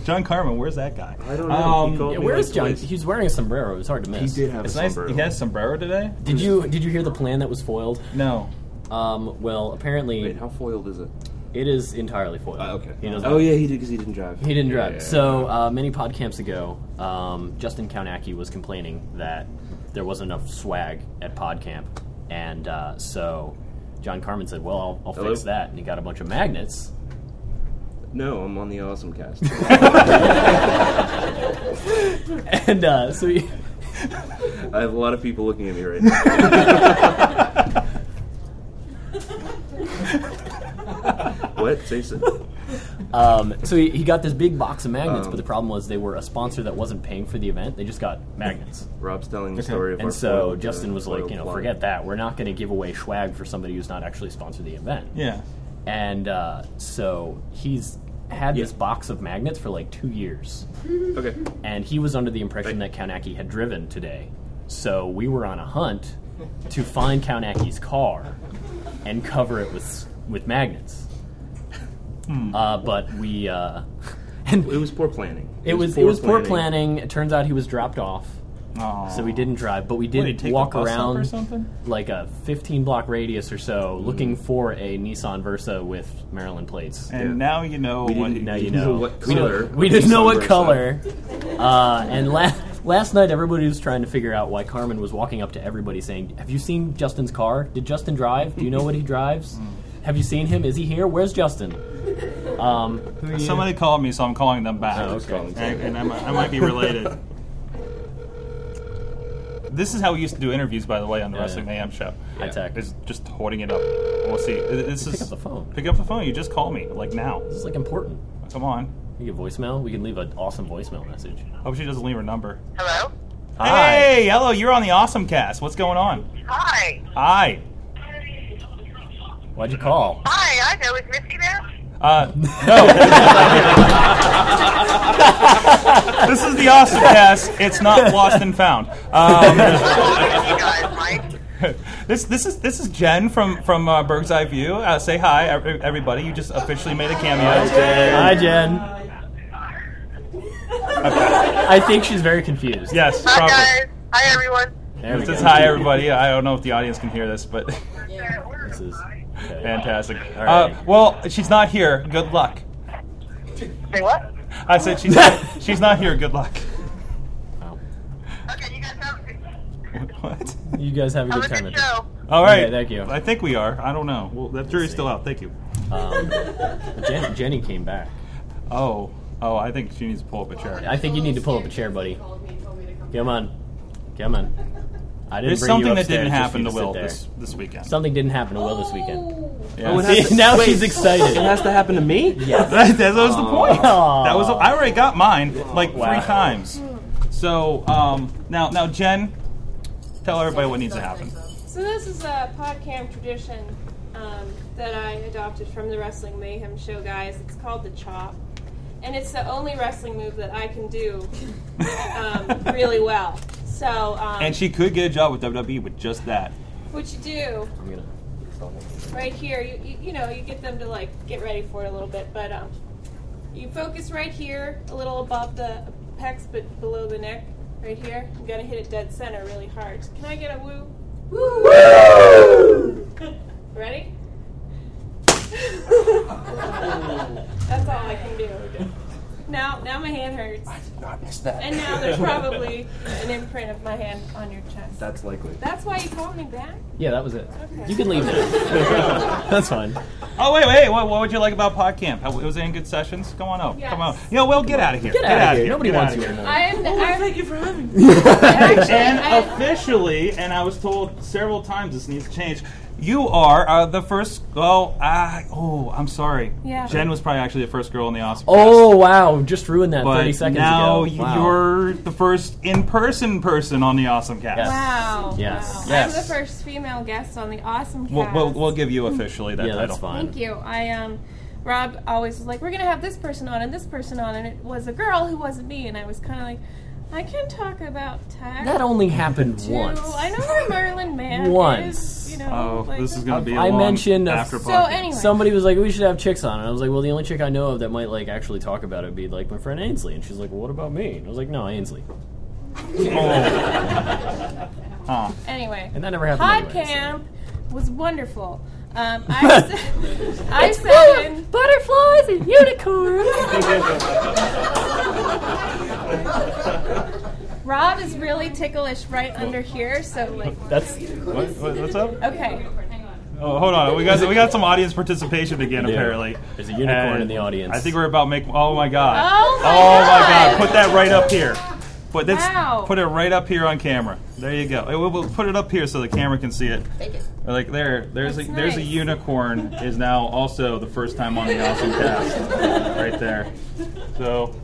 Speaker 3: John Carmen, where's that guy?
Speaker 9: I don't know.
Speaker 3: um,
Speaker 9: he called
Speaker 4: Um, Yeah,
Speaker 9: me
Speaker 4: where
Speaker 9: like
Speaker 4: is John?
Speaker 9: twice.
Speaker 4: He's wearing a sombrero. It was hard to
Speaker 9: He
Speaker 4: miss.
Speaker 9: did have
Speaker 3: It's
Speaker 9: a
Speaker 3: nice.
Speaker 9: sombrero.
Speaker 3: He has sombrero today.
Speaker 4: Did you did you hear the plan that was foiled?
Speaker 3: No.
Speaker 4: Um, well, apparently
Speaker 9: Wait, how foiled is it?
Speaker 4: it is entirely foiled.
Speaker 9: Uh, okay.
Speaker 4: He doesn't.
Speaker 9: oh yeah, he did because he didn't drive.
Speaker 4: He didn't drive.
Speaker 9: Yeah.
Speaker 4: So uh, many pod camps ago, um, Justin Kaunacki was complaining that there wasn't enough swag at pod camp, and uh, so John Carmen said, "Well, I'll, I'll
Speaker 9: Hello?
Speaker 4: fix that," and he got a bunch of magnets.
Speaker 9: No, I'm on the awesome cast.
Speaker 4: And uh, so he,
Speaker 9: I have a lot of people looking at me right now. what? Say so.
Speaker 4: um, so he, he got this big box of magnets,
Speaker 9: Um,
Speaker 4: but the problem was they were a sponsor that wasn't paying for the event. They just got magnets.
Speaker 9: Rob's telling the story of our
Speaker 4: And so
Speaker 9: foiled, uh,
Speaker 4: Justin was like,
Speaker 9: foiled
Speaker 4: you know,
Speaker 9: flight.
Speaker 4: forget that. We're not going to give away swag for somebody who's not actually sponsored the event.
Speaker 3: Yeah.
Speaker 4: And uh, so he's had
Speaker 9: Yeah.
Speaker 4: this box of magnets for like two years.
Speaker 9: Okay.
Speaker 4: And he was under the impression that Kaunacki had driven today. So we were on a hunt to find Kaunacki's car and
Speaker 3: Hmm.
Speaker 4: cover it with, with magnets. Uh, but we. Uh, And
Speaker 9: It was poor planning.
Speaker 4: it was it was poor planning. It turns out he was dropped off,
Speaker 3: Aw.
Speaker 4: so we didn't drive, but we
Speaker 3: What,
Speaker 4: did
Speaker 3: did he take
Speaker 4: walk
Speaker 3: the bus up or
Speaker 4: around
Speaker 3: something. Hmm.
Speaker 4: like a 15 block radius or so, looking for a Nissan Versa with Maryland plates.
Speaker 3: And now you know
Speaker 9: We
Speaker 3: what
Speaker 9: didn't
Speaker 3: he-
Speaker 4: Now
Speaker 9: did
Speaker 4: you
Speaker 9: know
Speaker 4: know
Speaker 9: what
Speaker 4: We,
Speaker 9: color
Speaker 4: know, we didn't know what
Speaker 9: Nissan
Speaker 4: color. Uh, and last last night, everybody was trying to figure out why Carmen was walking up to everybody saying, "Have you seen Justin's car? Did Justin drive? Do you know what he drives? Have you seen him? Is he here? Where's Justin?" Um,
Speaker 3: Somebody called me, so I'm calling them back.
Speaker 4: Oh, okay.
Speaker 3: And, and I, might- I might be related. this is how we used to do interviews, by the way, on the
Speaker 4: Yeah.
Speaker 3: Wrestling Mayhem show.
Speaker 4: High tech.
Speaker 3: Is just holding it up. We'll see. This is
Speaker 4: pick up the phone.
Speaker 3: Pick up the phone. You just call me, like now.
Speaker 4: This is like important.
Speaker 3: Come on.
Speaker 4: We get voicemail. We can leave an awesome voicemail message.
Speaker 3: Hope she doesn't leave her number.
Speaker 10: Hello?
Speaker 4: Hi.
Speaker 3: Hey, hello. You're on the Awesome Cast. What's going on?
Speaker 10: Hi.
Speaker 3: Hi.
Speaker 4: Why'd you call?
Speaker 10: Hi, I know. Is Misty there?
Speaker 3: Uh, no. this is the Awesome Cast. It's not lost and found. Um,
Speaker 10: you guys, Mike.
Speaker 3: This this is this is Jen from from uh, Bird's Eye View. Uh, say hi, ev- everybody. You just officially made a cameo.
Speaker 4: Hi, Jen. I think she's very confused.
Speaker 3: Yes,
Speaker 10: Hi,
Speaker 3: probably.
Speaker 10: guys. Hi, everyone.
Speaker 4: There we
Speaker 3: This is
Speaker 4: go.
Speaker 3: hi, everybody. I don't know if the audience can hear this, but
Speaker 4: This is- okay.
Speaker 3: fantastic. Uh,
Speaker 4: right.
Speaker 3: well, she's not here. Good luck.
Speaker 10: Say what?
Speaker 3: I said she's not, she's not here. Good luck.
Speaker 10: Okay, you guys have,
Speaker 3: What?
Speaker 4: You guys have a
Speaker 10: have
Speaker 4: good
Speaker 10: a
Speaker 4: time.
Speaker 10: good show.
Speaker 3: All right.
Speaker 4: Okay, thank you.
Speaker 3: I think we are. I don't know. Well, that jury's still out. Thank you.
Speaker 4: Um, Jen, Jenny came back.
Speaker 3: Oh, oh, I think she needs to pull up a chair.
Speaker 4: I think you need to pull up a chair, buddy.
Speaker 8: Called me and told me to come
Speaker 4: Come on, come on. I didn't
Speaker 3: There's
Speaker 4: bring
Speaker 3: something
Speaker 4: you
Speaker 3: that
Speaker 4: upstairs
Speaker 3: didn't
Speaker 4: just for
Speaker 3: happen
Speaker 4: you
Speaker 3: to
Speaker 4: sit
Speaker 3: Will
Speaker 4: there.
Speaker 3: this this weekend.
Speaker 4: Something didn't happen to Will this weekend.
Speaker 3: Yeah.
Speaker 9: Oh, it
Speaker 4: See,
Speaker 9: has to-
Speaker 4: now
Speaker 9: wait.
Speaker 4: she's excited.
Speaker 9: It has to happen to me?
Speaker 4: Yes.
Speaker 3: that, that was the point.
Speaker 4: Aw.
Speaker 3: That was I already got mine like
Speaker 4: Wow.
Speaker 3: three times. So um, now now Jen, tell everybody what needs to happen.
Speaker 8: So this is a podcam tradition um, that I adopted from the Wrestling Mayhem show, guys. It's called the chop, and it's the only wrestling move that I can do um, really well. So um,
Speaker 3: And she could get a job with WWE with just that.
Speaker 8: what you do
Speaker 4: I'm gonna-
Speaker 8: right here, you, you you know you get them to like get ready for it a little bit, but um, you focus right here, a little above the pecs, but below the neck, right here. You gotta hit it dead center really hard. Can I get a woo? Woo! ready? That's all I can do. Now, now my hand hurts,
Speaker 9: I missed that.
Speaker 8: and now there's probably an imprint of my hand on your chest.
Speaker 9: That's likely.
Speaker 8: That's why you called me back.
Speaker 4: Yeah, that was it.
Speaker 8: Okay.
Speaker 4: You can leave now. That's fine.
Speaker 3: Oh wait wait what, what would you like about PodCamp? How, was it in good sessions? Come on out.
Speaker 8: Yes.
Speaker 3: Come on. You know Will get out of here.
Speaker 4: Get out of here.
Speaker 3: Get
Speaker 4: Nobody
Speaker 3: outta
Speaker 4: wants you
Speaker 3: here.
Speaker 4: anymore.
Speaker 8: I am. I'm, thank you for having me.
Speaker 3: And
Speaker 8: Actually, I-
Speaker 3: officially, and I was told several times this needs to change. You are uh, the first. Oh, ah, oh, I'm sorry.
Speaker 8: Yeah.
Speaker 3: Jen was probably actually the first girl in the Oscar.
Speaker 4: Oh wow! Just ruined that
Speaker 3: But
Speaker 4: thirty seconds
Speaker 3: now
Speaker 4: ago.
Speaker 3: you-
Speaker 4: Wow.
Speaker 3: you're the first in-person person on the Awesome Cast.
Speaker 4: Yes.
Speaker 8: Wow.
Speaker 4: Yes.
Speaker 8: Wow.
Speaker 4: Yes.
Speaker 8: I'm the first female guest on the Awesome Cast.
Speaker 3: We'll, we'll, we'll give you officially that
Speaker 4: yeah,
Speaker 3: title.
Speaker 4: that's fine.
Speaker 8: Thank you. I um, Rob always was like, we're gonna have this person on and this person on, and it was a girl who wasn't me, and I was kind of like, I can talk about tech.
Speaker 4: That only happened
Speaker 8: too.
Speaker 4: once.
Speaker 8: I know where Merlin Man
Speaker 4: Once.
Speaker 8: is. You
Speaker 3: Oh,
Speaker 8: know. like-
Speaker 3: this is going to be. a
Speaker 4: I
Speaker 3: long
Speaker 4: mentioned a-
Speaker 3: after
Speaker 8: So
Speaker 3: podcast.
Speaker 8: anyway,
Speaker 4: Somebody was like, "We should have chicks on," and I was like, "Well, the only chick I know of that might like actually talk about it would be like my friend Ainsley," and she's like, "What about me?" And I was like, "No, Ainsley,"
Speaker 3: Oh,
Speaker 8: anyway.
Speaker 4: and that never happened.
Speaker 8: Pod
Speaker 4: anyway, so-
Speaker 8: camp was wonderful. Um, I, s- I sat in butterflies and unicorns. Rob is really ticklish right under here, so like,
Speaker 4: That's
Speaker 3: What, what- what's up?
Speaker 8: okay.
Speaker 3: Oh, hold on. We got we got some audience participation again.
Speaker 4: do.
Speaker 3: Apparently,
Speaker 4: There's a unicorn
Speaker 3: And
Speaker 4: in the audience.
Speaker 3: I think we're about make. Oh my god.
Speaker 8: Oh my
Speaker 3: Oh my god.
Speaker 8: God.
Speaker 3: Put that right up here. Put that's
Speaker 8: Wow.
Speaker 3: put it right up here on camera. There you go. We'll, we'll put it up here so the camera can see it. Like there, there's
Speaker 8: That's
Speaker 3: a, there's a
Speaker 8: nice.
Speaker 3: unicorn is now also the first time on the awesome cast right there. So,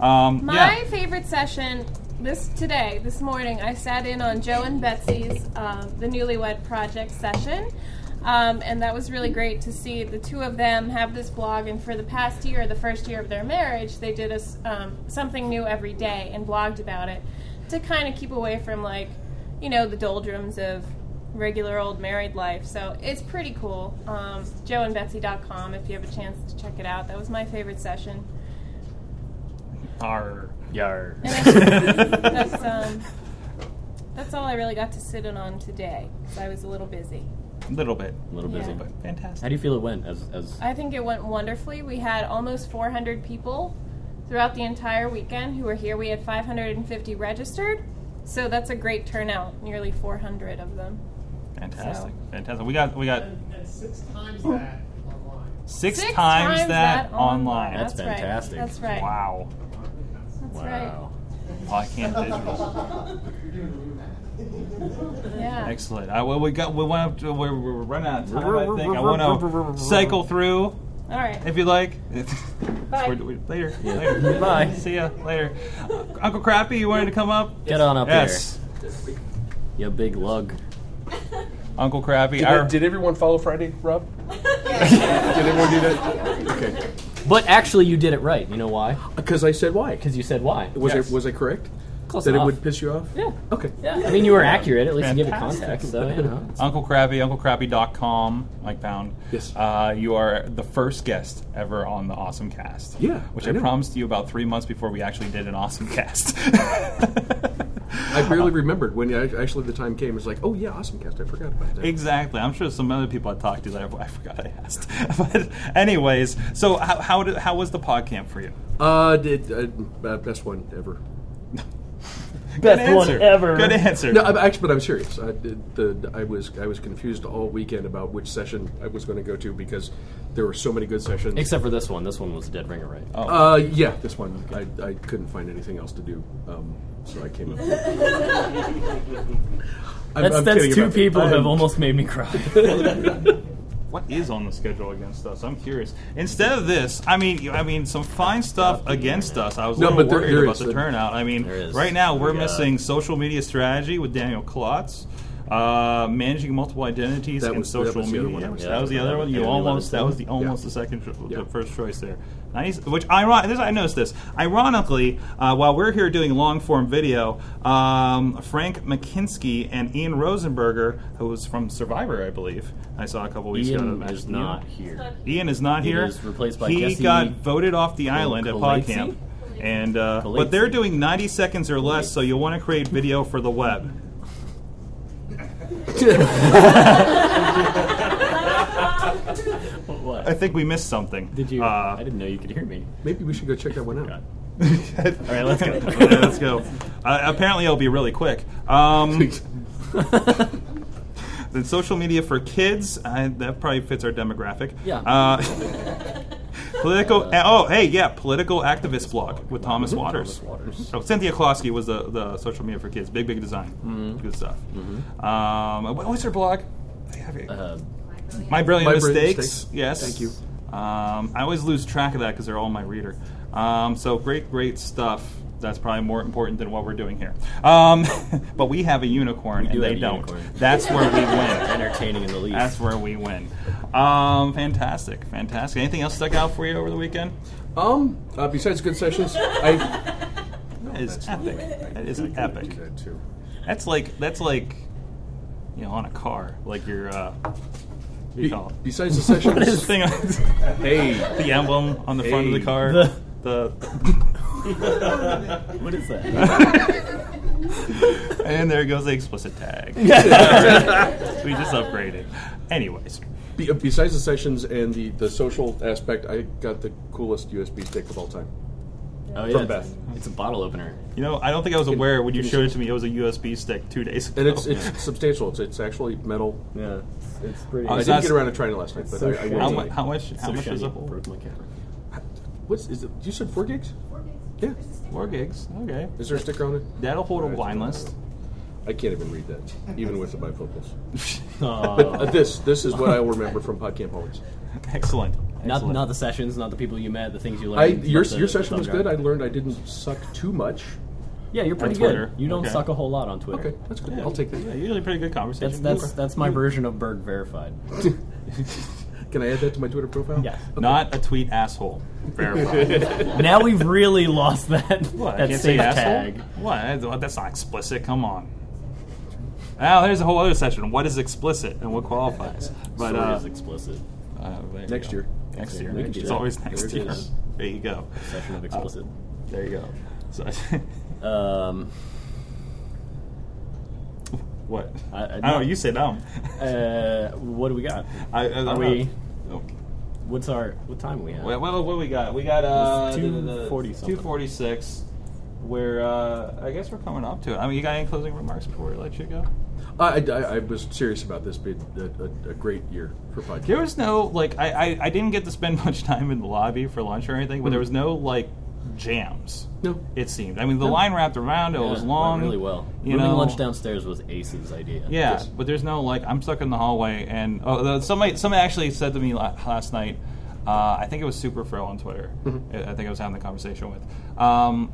Speaker 3: um,
Speaker 8: My
Speaker 3: yeah.
Speaker 8: favorite session this today, this morning, I sat in on Joe and Betsy's um, the Newlywed Project session. Um, and that was really great to see the two of them have this blog. And for the past year, the first year of their marriage, they did us um, something new every day and blogged about it to kind of keep away from like, you know, the doldrums of regular old married life. So it's pretty cool. Um, JoeandBetsy.com if you have a chance to check it out. That was my favorite session.
Speaker 3: Arr.
Speaker 4: Yar.
Speaker 8: that's um, that's all I really got to sit in on today. 'cause I was a little busy.
Speaker 3: A little bit.
Speaker 4: A little busy,
Speaker 8: Yeah.
Speaker 4: but how
Speaker 3: Fantastic.
Speaker 4: do you feel it went? As as
Speaker 8: I think it went wonderfully. We had almost 400 people throughout the entire weekend who were here. We had 550 registered, so that's a great turnout. Nearly 400 of them.
Speaker 3: Fantastic. Fantastic. We got we got
Speaker 5: And, and six times that online.
Speaker 3: six,
Speaker 8: Six
Speaker 3: times,
Speaker 8: times
Speaker 3: that,
Speaker 8: that
Speaker 3: online.
Speaker 8: online. That's right.
Speaker 4: fantastic.
Speaker 8: That's right.
Speaker 3: Wow.
Speaker 8: That's
Speaker 4: wow.
Speaker 3: I can't digital.
Speaker 5: You're doing
Speaker 8: right. Yeah.
Speaker 3: Excellent. I, well, we got we went up to we're, we're running out of time. I think I want to cycle through
Speaker 8: All right.
Speaker 3: if you like.
Speaker 8: Bye.
Speaker 3: We're- we're- later. Later.
Speaker 4: Bye.
Speaker 3: See ya later. Uncle Crappy, you wanted to come up?
Speaker 4: Get on up
Speaker 3: Yes.
Speaker 4: there, you big lug.
Speaker 3: Uncle Crappy.
Speaker 5: Did,
Speaker 3: our-
Speaker 5: did everyone follow Friday, Rob? did everyone do that? Okay.
Speaker 4: But actually, you did it right. You know why?
Speaker 5: Because I said why.
Speaker 4: Because you said why.
Speaker 5: Was
Speaker 3: Yes.
Speaker 5: I was I correct?
Speaker 4: Close
Speaker 5: that
Speaker 4: enough.
Speaker 5: it would piss you off?
Speaker 4: Yeah.
Speaker 5: Okay.
Speaker 4: Yeah. I mean, you were accurate. At least you gave it
Speaker 3: Fantastic.
Speaker 4: context. So you know.
Speaker 3: Uncle Krabby, UncleCrabby.com, Mike Pound.
Speaker 5: Yes.
Speaker 3: Uh, you are the first guest ever on the Awesome Cast.
Speaker 5: Yeah,
Speaker 3: Which
Speaker 5: I
Speaker 3: I,
Speaker 5: know.
Speaker 3: promised you about three months before we actually did an Awesome Cast.
Speaker 5: I barely remembered when I, actually the time came. It was like, oh yeah, awesome cast. I forgot about that.
Speaker 3: exactly. I'm sure some other people I talked to that I, I forgot I asked. but, anyways, so how, how, did, how was the pod camp for you?
Speaker 5: Uh, did uh, uh, best one ever.
Speaker 3: Good
Speaker 4: one
Speaker 3: answer.
Speaker 4: ever.
Speaker 3: Good answer.
Speaker 5: No, I'm, actually, but I'm serious. I did the I was I was confused all weekend about which session I was going to go to because there were so many good sessions.
Speaker 4: Except for this one. This one was a dead ringer, right?
Speaker 3: Oh.
Speaker 5: Uh, yeah, this one. I, I couldn't find anything else to do, um, so I came up. with I'm,
Speaker 4: that's
Speaker 5: I'm
Speaker 4: that's
Speaker 5: kidding
Speaker 4: two
Speaker 5: about that.
Speaker 4: people who have
Speaker 5: I'm-
Speaker 4: almost made me cry.
Speaker 3: what is on the schedule against us? I'm curious. Instead of this, I mean, you- I mean, some fine stuff against us. I was a
Speaker 5: No,
Speaker 3: little
Speaker 5: but there-
Speaker 3: worried
Speaker 5: there
Speaker 3: about
Speaker 5: is.
Speaker 3: the turnout. I mean,
Speaker 4: There is.
Speaker 3: right now we're
Speaker 4: We got-
Speaker 3: missing social media strategy with Daniel Klotz. Uh, managing multiple identities
Speaker 5: That
Speaker 3: and
Speaker 5: was- that
Speaker 3: social
Speaker 5: was the other
Speaker 3: media.
Speaker 5: one I was
Speaker 3: that was the
Speaker 4: thinking
Speaker 3: other
Speaker 4: about.
Speaker 3: one.
Speaker 4: Yeah,
Speaker 3: You
Speaker 4: we wanted
Speaker 3: almost
Speaker 4: to-
Speaker 3: that was the almost
Speaker 5: Yeah.
Speaker 3: the second cho-
Speaker 5: Yeah.
Speaker 3: the first choice there. Nice. Which iron. This I noticed this. Ironically, uh, while we're here doing long form video, um, Frank McKinsky and Ian Rosenberger, who was from Survivor, I believe, I saw a couple weeks ago.
Speaker 4: Ian
Speaker 3: that
Speaker 4: is
Speaker 3: matched-
Speaker 4: not here.
Speaker 3: Ian is not
Speaker 4: He
Speaker 3: here.
Speaker 4: is replaced by
Speaker 3: he
Speaker 4: Jesse
Speaker 3: got voted off the island at pod
Speaker 4: Colatzi?
Speaker 3: camp, and uh,
Speaker 4: Colatzi.
Speaker 3: but they're doing 90 seconds or less, so you want to create video for the web. I
Speaker 4: What?
Speaker 3: think we missed something.
Speaker 4: Did you? I
Speaker 3: Uh,
Speaker 4: didn't know you could hear me.
Speaker 5: Maybe we should go check that one out.
Speaker 3: All right, let's go. let's go. Uh, apparently, it'll be really quick. Um, Mm-hmm. then social media for kids uh, that probably fits our demographic.
Speaker 4: Yeah.
Speaker 3: Uh, political. oh, hey, yeah, political activist blog with Thomas Waters.
Speaker 4: Mm-hmm. Waters.
Speaker 3: Oh, Cynthia Klosky was the, the social media for kids. Big, big design.
Speaker 4: Mm-hmm.
Speaker 3: Good stuff. Um, what was her blog? I have it.
Speaker 4: Uh,
Speaker 3: My Brilliant
Speaker 5: My Brilliant
Speaker 3: Mistakes.
Speaker 5: Mistakes.
Speaker 3: Yes.
Speaker 5: Thank you.
Speaker 3: Um, I always lose track of that because they're all my reader. Um, so great, great stuff. That's probably more important than what we're doing here. Um, but we have a unicorn
Speaker 4: do
Speaker 3: and they
Speaker 4: have a
Speaker 3: don't.
Speaker 4: unicorn.
Speaker 3: That's where we win.
Speaker 4: entertaining in the least.
Speaker 3: That's where we win. Um, fantastic, fantastic. Anything else stuck out for you over the weekend?
Speaker 5: Um, uh, besides good sessions, I
Speaker 3: That is epic. That is
Speaker 5: do
Speaker 3: epic.
Speaker 5: that too.
Speaker 3: That's like that's like you know on a car like your uh, what do you
Speaker 5: Be-
Speaker 3: call it?
Speaker 5: besides the sessions,
Speaker 3: Thing on-
Speaker 5: hey,
Speaker 3: the emblem on the front of the
Speaker 5: Hey.
Speaker 3: car.
Speaker 4: The-
Speaker 3: the
Speaker 4: what is that?
Speaker 3: And there goes the explicit tag. we just upgraded. Anyways,
Speaker 5: be, uh, besides the sessions and the the social aspect, I got the coolest USB stick of all time.
Speaker 4: Oh yeah,
Speaker 5: From
Speaker 4: it's,
Speaker 5: Beth.
Speaker 4: it's a bottle opener.
Speaker 3: you know, I don't think I was aware when you showed it to me. It was a USB stick two days ago.
Speaker 5: And it's it's substantial. It's it's actually metal.
Speaker 4: Yeah, it's pretty.
Speaker 5: I
Speaker 3: it's
Speaker 5: didn't
Speaker 3: not-
Speaker 5: get around to trying it last night, but
Speaker 4: so
Speaker 5: I, I
Speaker 4: shiny.
Speaker 5: will.
Speaker 3: how,
Speaker 5: tonight.
Speaker 3: mu- how much? How much is a whole?
Speaker 4: broke my camera.
Speaker 5: What's is it? You said four gigs? Yeah.
Speaker 3: Four gigs. Okay,
Speaker 5: Is there a sticker on it?
Speaker 3: that'll hold a wine list.
Speaker 5: I can't even read that, even with the bifocals. but uh, this this is what I will remember from PodCamp always.
Speaker 3: Excellent.
Speaker 4: Not
Speaker 3: Excellent.
Speaker 4: not the sessions, not the people you met, the things you learned.
Speaker 5: I your
Speaker 4: but the-
Speaker 5: your
Speaker 4: the
Speaker 5: session
Speaker 4: thumb
Speaker 5: was
Speaker 4: drive.
Speaker 5: good. I learned I didn't suck too much.
Speaker 4: yeah, you're pretty
Speaker 3: Twitter.
Speaker 4: good. You don't
Speaker 3: Okay.
Speaker 4: suck a whole lot on Twitter.
Speaker 5: Okay, that's good. I'll take
Speaker 3: Yeah,
Speaker 5: that.
Speaker 3: usually pretty good
Speaker 4: That's
Speaker 3: conversation.
Speaker 4: that's that's my version of Berg verified.
Speaker 5: Can I add that to my Twitter profile?
Speaker 4: Yeah.
Speaker 3: not a tweet asshole. Verified.
Speaker 4: now we've really lost that
Speaker 3: What? I
Speaker 4: that
Speaker 3: can't say
Speaker 4: safe
Speaker 3: asshole.
Speaker 4: tag.
Speaker 3: What? That's not explicit. Come on. Now there's a whole other session. What is explicit and what qualifies? But
Speaker 4: Sorry,
Speaker 3: uh,
Speaker 4: it's explicit.
Speaker 3: Uh, there you
Speaker 5: Next
Speaker 3: go.
Speaker 5: year.
Speaker 3: Next
Speaker 4: Okay,
Speaker 3: year.
Speaker 4: we can do
Speaker 3: It's
Speaker 4: that.
Speaker 3: always next
Speaker 5: There it
Speaker 3: year.
Speaker 5: is.
Speaker 3: There you go.
Speaker 4: Session of explicit.
Speaker 3: There you go. So,
Speaker 4: Um,
Speaker 3: what?
Speaker 4: I, I,
Speaker 3: I don't know. You sit down.
Speaker 4: Uh, what do we got?
Speaker 3: I, I,
Speaker 4: Are
Speaker 3: I'm
Speaker 4: we?
Speaker 3: not- oh.
Speaker 4: What's our? What time we have?
Speaker 3: Well, well, what we got? We got uh,
Speaker 4: It's 2:40 something.
Speaker 3: Two forty six. We're uh, I guess we're coming up to it. I mean, you got any closing remarks before we let you go?
Speaker 11: I, I, I was serious about this being a, a, a great year for podcasts.
Speaker 3: There was no like I, I I didn't get to spend much time in the lobby for lunch or anything,
Speaker 4: Hmm.
Speaker 3: but there was no like jams.
Speaker 11: No.
Speaker 3: It seemed. I mean, the line wrapped around. It
Speaker 4: Yeah,
Speaker 3: was
Speaker 4: went
Speaker 3: long.
Speaker 4: really well.
Speaker 3: You
Speaker 4: Moving
Speaker 3: know,
Speaker 4: lunch downstairs was Ace's idea.
Speaker 3: Yeah,
Speaker 4: Yes.
Speaker 3: but there's no like I'm stuck in the hallway, and oh, the, somebody somebody actually said to me la- last night. Uh, I think it was Superfro on Twitter.
Speaker 4: Mm-hmm.
Speaker 3: I I think I was having the conversation with. Um,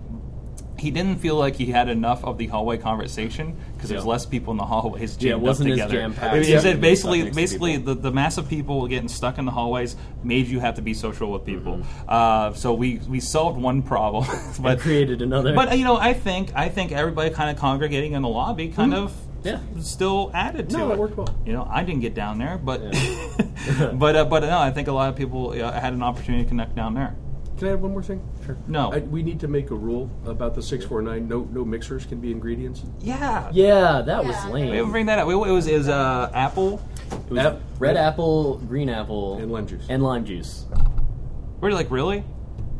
Speaker 3: he didn't feel like he had enough of the hallway conversation because there's
Speaker 4: Yeah.
Speaker 3: less people in the hallways
Speaker 4: Yeah, it
Speaker 3: jammed up
Speaker 4: wasn't as
Speaker 3: together.
Speaker 4: jam-packed.
Speaker 3: He
Speaker 4: Yeah.
Speaker 3: said
Speaker 4: Stuck
Speaker 3: basically,
Speaker 4: next to
Speaker 3: basically
Speaker 4: people.
Speaker 3: the, the mass of people getting stuck in the hallways made you have to be social with people. Uh, so we we solved one problem, but
Speaker 4: Mm-hmm. created another.
Speaker 3: But uh, you know, I think I think everybody kind of congregating in the lobby kind of
Speaker 4: Yeah.
Speaker 3: still added to
Speaker 11: No,
Speaker 3: it.
Speaker 11: that worked well.
Speaker 3: You know, I didn't get down there, but but uh, but no, I think a lot of people uh, had an opportunity to connect down there.
Speaker 11: Can I add one more thing? Sure.
Speaker 3: No,
Speaker 11: I, we need to make a rule about the six four nine. No, no mixers can be ingredients.
Speaker 3: yeah,
Speaker 4: Yeah, that was
Speaker 7: Yeah.
Speaker 4: lame.
Speaker 3: we didn't bring that up. It was is uh, apple.
Speaker 4: It was
Speaker 11: Ap-
Speaker 4: red apple, green apple,
Speaker 11: And lime juice.
Speaker 4: and lime juice.
Speaker 3: We're like really.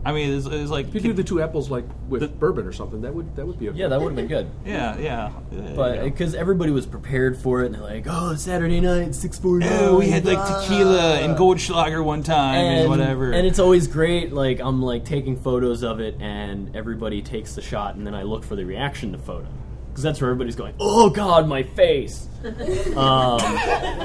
Speaker 3: I mean, it's, it's like
Speaker 11: If you do the two apples like with bourbon or something, that would that would be okay.
Speaker 4: Yeah, that would have been good.
Speaker 3: yeah, yeah. Uh,
Speaker 4: But because everybody was prepared for it, and they're like, "Oh, Saturday night, six forty.
Speaker 3: Oh, we had like tequila and Goldschlager one time and, whatever.
Speaker 4: And it's always great. Like I'm like taking photos of it, and everybody takes the shot, and then I look for the reaction to photo because that's where everybody's going. Oh God, my face. um,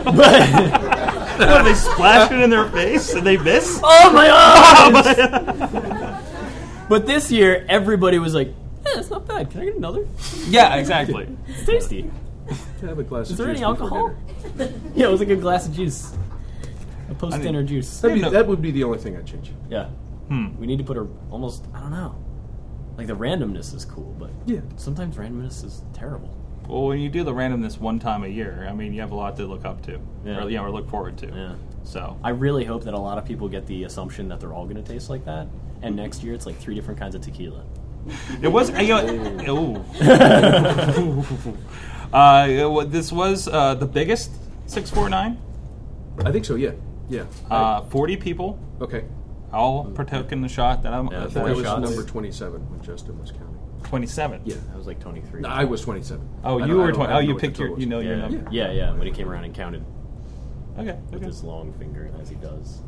Speaker 4: but
Speaker 3: What, they splashed it in their face and they miss.
Speaker 4: oh my eyes. but this year, everybody was like, "Yeah, that's not bad. Can I get another?
Speaker 3: Yeah, exactly.
Speaker 4: It's tasty."
Speaker 11: Have a glass
Speaker 4: Is
Speaker 11: of
Speaker 4: there
Speaker 11: juice
Speaker 4: any
Speaker 11: before
Speaker 4: alcohol?
Speaker 11: dinner.
Speaker 4: yeah, it was like a glass of juice. A post dinner juice.
Speaker 11: That'd be- Hmm.
Speaker 3: No.
Speaker 11: That would be the only thing I'd change.
Speaker 4: Yeah. We need to put a almost I don't know. Like the randomness is cool, but
Speaker 11: Yeah.
Speaker 4: sometimes randomness is terrible.
Speaker 3: Well, when you do the randomness one time a year, I mean, you have a lot to look up to,
Speaker 4: Yeah.
Speaker 3: or you know, or look forward to.
Speaker 4: Yeah.
Speaker 3: So
Speaker 4: I really hope that a lot of people get the assumption that they're all going to taste like that, and next year it's like three different kinds of tequila.
Speaker 3: it was. You know, ooh. uh, it wa- this was uh, the biggest six four nine.
Speaker 11: I think so. Yeah, yeah.
Speaker 3: Uh, Forty people
Speaker 11: okay,
Speaker 3: all partook in the shot that I'm.
Speaker 4: Mm. Yeah,
Speaker 3: that
Speaker 4: four
Speaker 11: that was
Speaker 3: I
Speaker 4: shots.
Speaker 11: number twenty-seven when Justin was counting.
Speaker 3: twenty seven.
Speaker 11: Yeah,
Speaker 4: That was like Tony three.
Speaker 11: no, I was twenty-seven.
Speaker 3: Oh,
Speaker 11: I
Speaker 3: you
Speaker 11: don't- I
Speaker 3: were
Speaker 11: don't-
Speaker 3: twenty.
Speaker 11: I
Speaker 3: Oh,
Speaker 11: don't know
Speaker 3: you
Speaker 11: what the
Speaker 3: picked your.
Speaker 11: total
Speaker 3: You
Speaker 11: was.
Speaker 3: know your
Speaker 4: yeah,
Speaker 3: number.
Speaker 4: yeah, yeah. When he came around and counted
Speaker 3: Okay.
Speaker 4: with
Speaker 3: okay.
Speaker 4: his long finger as he does.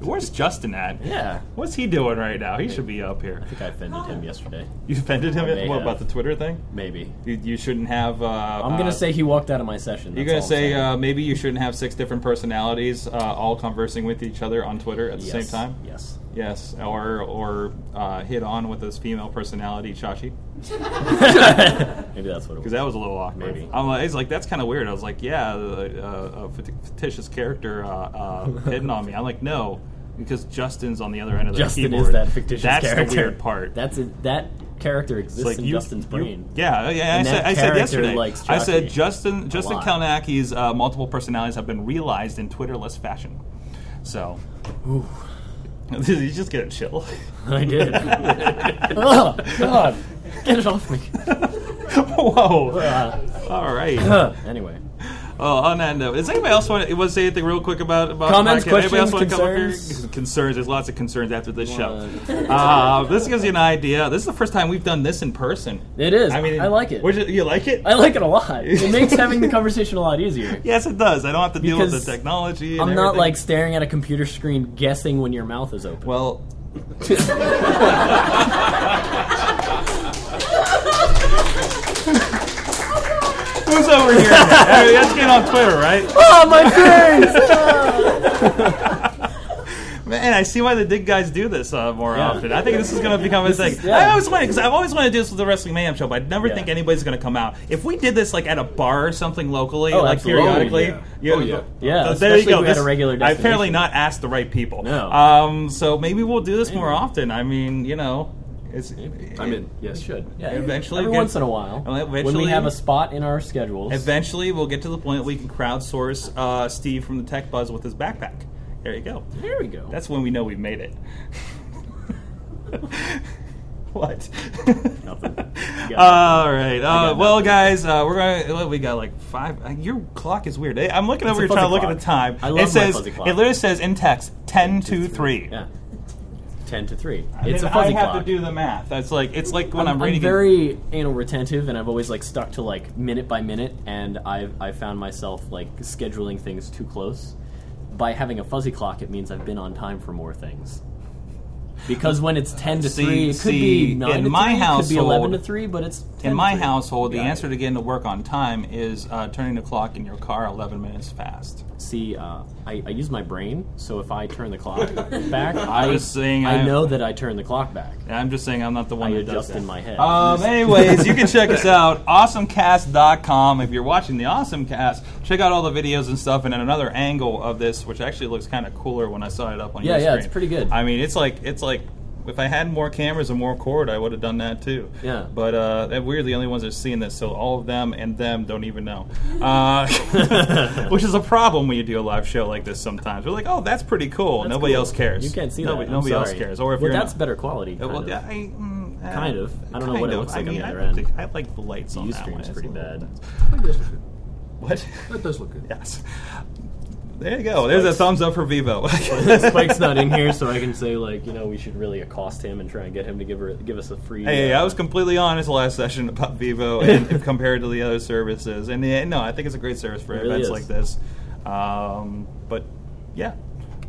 Speaker 3: Where's Justin at?
Speaker 4: Yeah,
Speaker 3: What's he doing right now? He should be up here.
Speaker 4: I think I offended him yesterday.
Speaker 3: You offended him.
Speaker 4: may
Speaker 3: What
Speaker 4: have.
Speaker 3: about the Twitter thing?
Speaker 4: Maybe.
Speaker 3: You, you shouldn't have. Uh,
Speaker 4: I'm gonna
Speaker 3: uh,
Speaker 4: say he walked out of my session.
Speaker 3: You're
Speaker 4: That's
Speaker 3: gonna
Speaker 4: all I'm
Speaker 3: say
Speaker 4: saying.
Speaker 3: uh, maybe you shouldn't have six different personalities uh, all conversing with each other on Twitter at the same
Speaker 4: Yes,
Speaker 3: time.
Speaker 4: Yes.
Speaker 3: Yes, or or uh, hit on with his female personality, Chachi,
Speaker 4: Maybe that's what it was.
Speaker 3: because that was a little awkward.
Speaker 4: Maybe.
Speaker 3: I'm like, it's like that's kind of weird. I was like, yeah, uh, uh, a fati- fictitious character uh, uh, hitting on me. I'm like, no, because Justin's on the other end of the
Speaker 4: Justin
Speaker 3: keyboard.
Speaker 4: is that fictitious
Speaker 3: that's
Speaker 4: character.
Speaker 3: the weird part.
Speaker 4: That's it. That character exists
Speaker 3: It's like
Speaker 4: in
Speaker 3: you-
Speaker 4: Justin's
Speaker 3: you-
Speaker 4: brain.
Speaker 3: yeah, yeah. I
Speaker 4: And
Speaker 3: said,
Speaker 4: that
Speaker 3: I said
Speaker 4: character
Speaker 3: yesterday.
Speaker 4: likes
Speaker 3: I said
Speaker 4: Chachi
Speaker 3: Justin
Speaker 4: a
Speaker 3: Justin
Speaker 4: lot.
Speaker 3: Kalnaki's uh, multiple personalities have been realized in Twitterless fashion. So, he's just gonna chill.
Speaker 4: I did. oh God! Get it off me.
Speaker 3: Whoa! All right.
Speaker 4: Huh. anyway,
Speaker 3: Oh, on that note, does anybody else want to, was say anything real quick about about
Speaker 4: Comments,
Speaker 3: the podcast? Anybody
Speaker 4: questions,
Speaker 3: else want to come up here?
Speaker 4: concerns?
Speaker 3: Concerns. There's lots of concerns after this show. Uh, this gives you an idea. This is the first time we've done this in person.
Speaker 4: it is. I mean, I like it.
Speaker 3: We're just- you like it?
Speaker 4: I like it a lot. It makes having the conversation a lot easier.
Speaker 3: yes, it does. I don't have to deal with the
Speaker 4: Because
Speaker 3: technology. And
Speaker 4: I'm not
Speaker 3: everything.
Speaker 4: like staring at a computer screen, guessing when your mouth is open.
Speaker 3: Well. Who's over here? Hey, That's getting on Twitter, right?
Speaker 4: oh my face!
Speaker 3: Man, I see why the big guys do this uh, more
Speaker 4: Yeah.
Speaker 3: often. I think this is going to become a thing.
Speaker 4: is- yeah.
Speaker 3: I always wanted because I've always wanted to do this with the Wrestling Mayhem show, but I never
Speaker 4: Yeah.
Speaker 3: think anybody's going to come out. If we did this like at a bar or something locally,
Speaker 4: Oh,
Speaker 3: like
Speaker 4: absolutely.
Speaker 3: periodically,
Speaker 11: Yeah.
Speaker 3: you-
Speaker 11: Oh, yeah.
Speaker 4: yeah,
Speaker 3: Uh, there you
Speaker 4: especially
Speaker 3: go.
Speaker 4: If we had
Speaker 3: This-
Speaker 4: a regular
Speaker 3: I apparently
Speaker 4: destination.
Speaker 3: not asked the right people.
Speaker 4: No.
Speaker 3: Um, so maybe we'll do this more often. I mean, you know, it's.
Speaker 11: I'm in. Yes,
Speaker 4: We should. Yeah,
Speaker 3: Eventually
Speaker 4: every
Speaker 3: get-
Speaker 4: once in a while,
Speaker 3: Well,
Speaker 4: when
Speaker 3: eventually-
Speaker 4: we have a spot in our schedules.
Speaker 3: Eventually, we'll get to the point we can crowdsource uh, Steve from the Tech Buzz with his backpack. There you go.
Speaker 4: there we go.
Speaker 3: That's when we know we've made it. What?
Speaker 4: Nothing.
Speaker 3: All right. Uh,
Speaker 4: got
Speaker 3: well, guys, uh, we're gonna. well, We got like five. uh, Your clock is weird. Eh, I'm looking
Speaker 4: It's
Speaker 3: over
Speaker 4: a
Speaker 3: here trying to
Speaker 4: fuzzy
Speaker 3: look at the
Speaker 4: clock.
Speaker 3: time.
Speaker 4: I love
Speaker 3: it
Speaker 4: my
Speaker 3: says
Speaker 4: fuzzy clock.
Speaker 3: it literally says in text 10 to 3.
Speaker 4: Yeah. 10 to 3.
Speaker 3: I
Speaker 4: it's
Speaker 3: mean,
Speaker 4: a fuzzy
Speaker 3: I have
Speaker 4: clock.
Speaker 3: to do the math. That's like it's like when I'm,
Speaker 4: I'm,
Speaker 3: reading.
Speaker 4: very anal retentive, and I've always like stuck to like minute by minute, and I've I found myself like scheduling things too close. By having a fuzzy clock, it means I've been on time for more things. Because when it's ten to
Speaker 3: See-
Speaker 4: three, it could
Speaker 3: see,
Speaker 4: be nine
Speaker 3: in
Speaker 4: to
Speaker 3: my
Speaker 4: three, it could be eleven to
Speaker 3: household-
Speaker 4: three, but it's
Speaker 3: in
Speaker 4: 10 to
Speaker 3: my
Speaker 4: three.
Speaker 3: household, the
Speaker 4: Got it.
Speaker 3: answer to getting to work on time is uh, turning the clock in your car 11 minutes past.
Speaker 4: See, uh, I, I use my brain, so if I turn the clock back,
Speaker 3: I
Speaker 4: I,
Speaker 3: was saying
Speaker 4: I
Speaker 3: I-
Speaker 4: know that I turn the clock back.
Speaker 3: I'm just saying I'm not the one
Speaker 4: I
Speaker 3: that does
Speaker 4: adjust
Speaker 3: that.
Speaker 4: in my head.
Speaker 3: Um, anyways, you can check us out, awesomecast.com. If you're watching the Awesomecast, check out all the videos and stuff, and then another angle of this, which actually looks kind of cooler when I saw it up on
Speaker 4: Yeah,
Speaker 3: your
Speaker 4: yeah,
Speaker 3: screen.
Speaker 4: it's pretty good.
Speaker 3: I mean, it's like it's like if I had more cameras and more cord, I would have done that too.
Speaker 4: Yeah.
Speaker 3: But uh, that- we're the only ones that are seeing this, so all of them and them don't even know, uh, which is a problem when you do a live show like this. Sometimes we're like, oh, that's pretty cool.
Speaker 4: That's
Speaker 3: nobody
Speaker 4: cool.
Speaker 3: else cares.
Speaker 4: You can't see
Speaker 3: nobody,
Speaker 4: that. I'm
Speaker 3: Nobody else
Speaker 4: sorry.
Speaker 3: cares. Or if
Speaker 4: well,
Speaker 3: you're
Speaker 4: that's
Speaker 3: not-
Speaker 4: better quality.
Speaker 3: Uh,
Speaker 4: Kind
Speaker 3: well,
Speaker 4: of.
Speaker 3: yeah, I, mm, uh,
Speaker 4: Kind of. I don't know
Speaker 3: kind
Speaker 4: what it
Speaker 3: of.
Speaker 4: looks
Speaker 3: I
Speaker 4: like on
Speaker 3: mean,
Speaker 4: the
Speaker 3: I
Speaker 4: other
Speaker 3: don't
Speaker 4: end.
Speaker 3: think- I like the lights
Speaker 4: The
Speaker 3: on that
Speaker 4: Ustream's
Speaker 3: one. It's
Speaker 4: pretty
Speaker 3: a little-
Speaker 4: bad.
Speaker 11: That does look good.
Speaker 3: What?
Speaker 11: That does look good.
Speaker 3: yes. There you go. There's a thumbs up for Vivo.
Speaker 4: Spike's not in here, so I can say like, you know, we should really accost him and try and get him to give her give us a free.
Speaker 3: Hey,
Speaker 4: uh,
Speaker 3: I was completely honest last session about Vivo and compared to the other services. And yeah, no, I think it's a great service for
Speaker 4: It really
Speaker 3: events
Speaker 4: is.
Speaker 3: like this. Um, but yeah,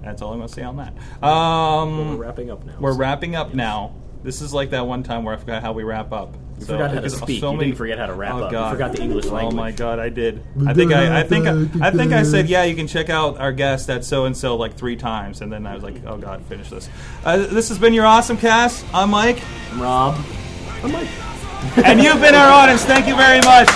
Speaker 3: that's all I'm going to say on that. Um,
Speaker 4: We're wrapping up now.
Speaker 3: We're
Speaker 4: so-
Speaker 3: wrapping up now. This is like that one time where I forgot how we wrap up.
Speaker 4: You forgot how to speak. You didn't forget how to wrap
Speaker 3: oh,
Speaker 4: up. You
Speaker 3: God.
Speaker 4: forgot the English
Speaker 3: Oh my
Speaker 4: language.
Speaker 3: god, I did. I think I, I think I, I think I said yeah. You can check out our guest at so and so like three times, and then I was like, oh god, finish this. Uh, this has been your awesome cast. I'm Mike,
Speaker 4: Rob.
Speaker 3: and you've been our audience. Thank you very much.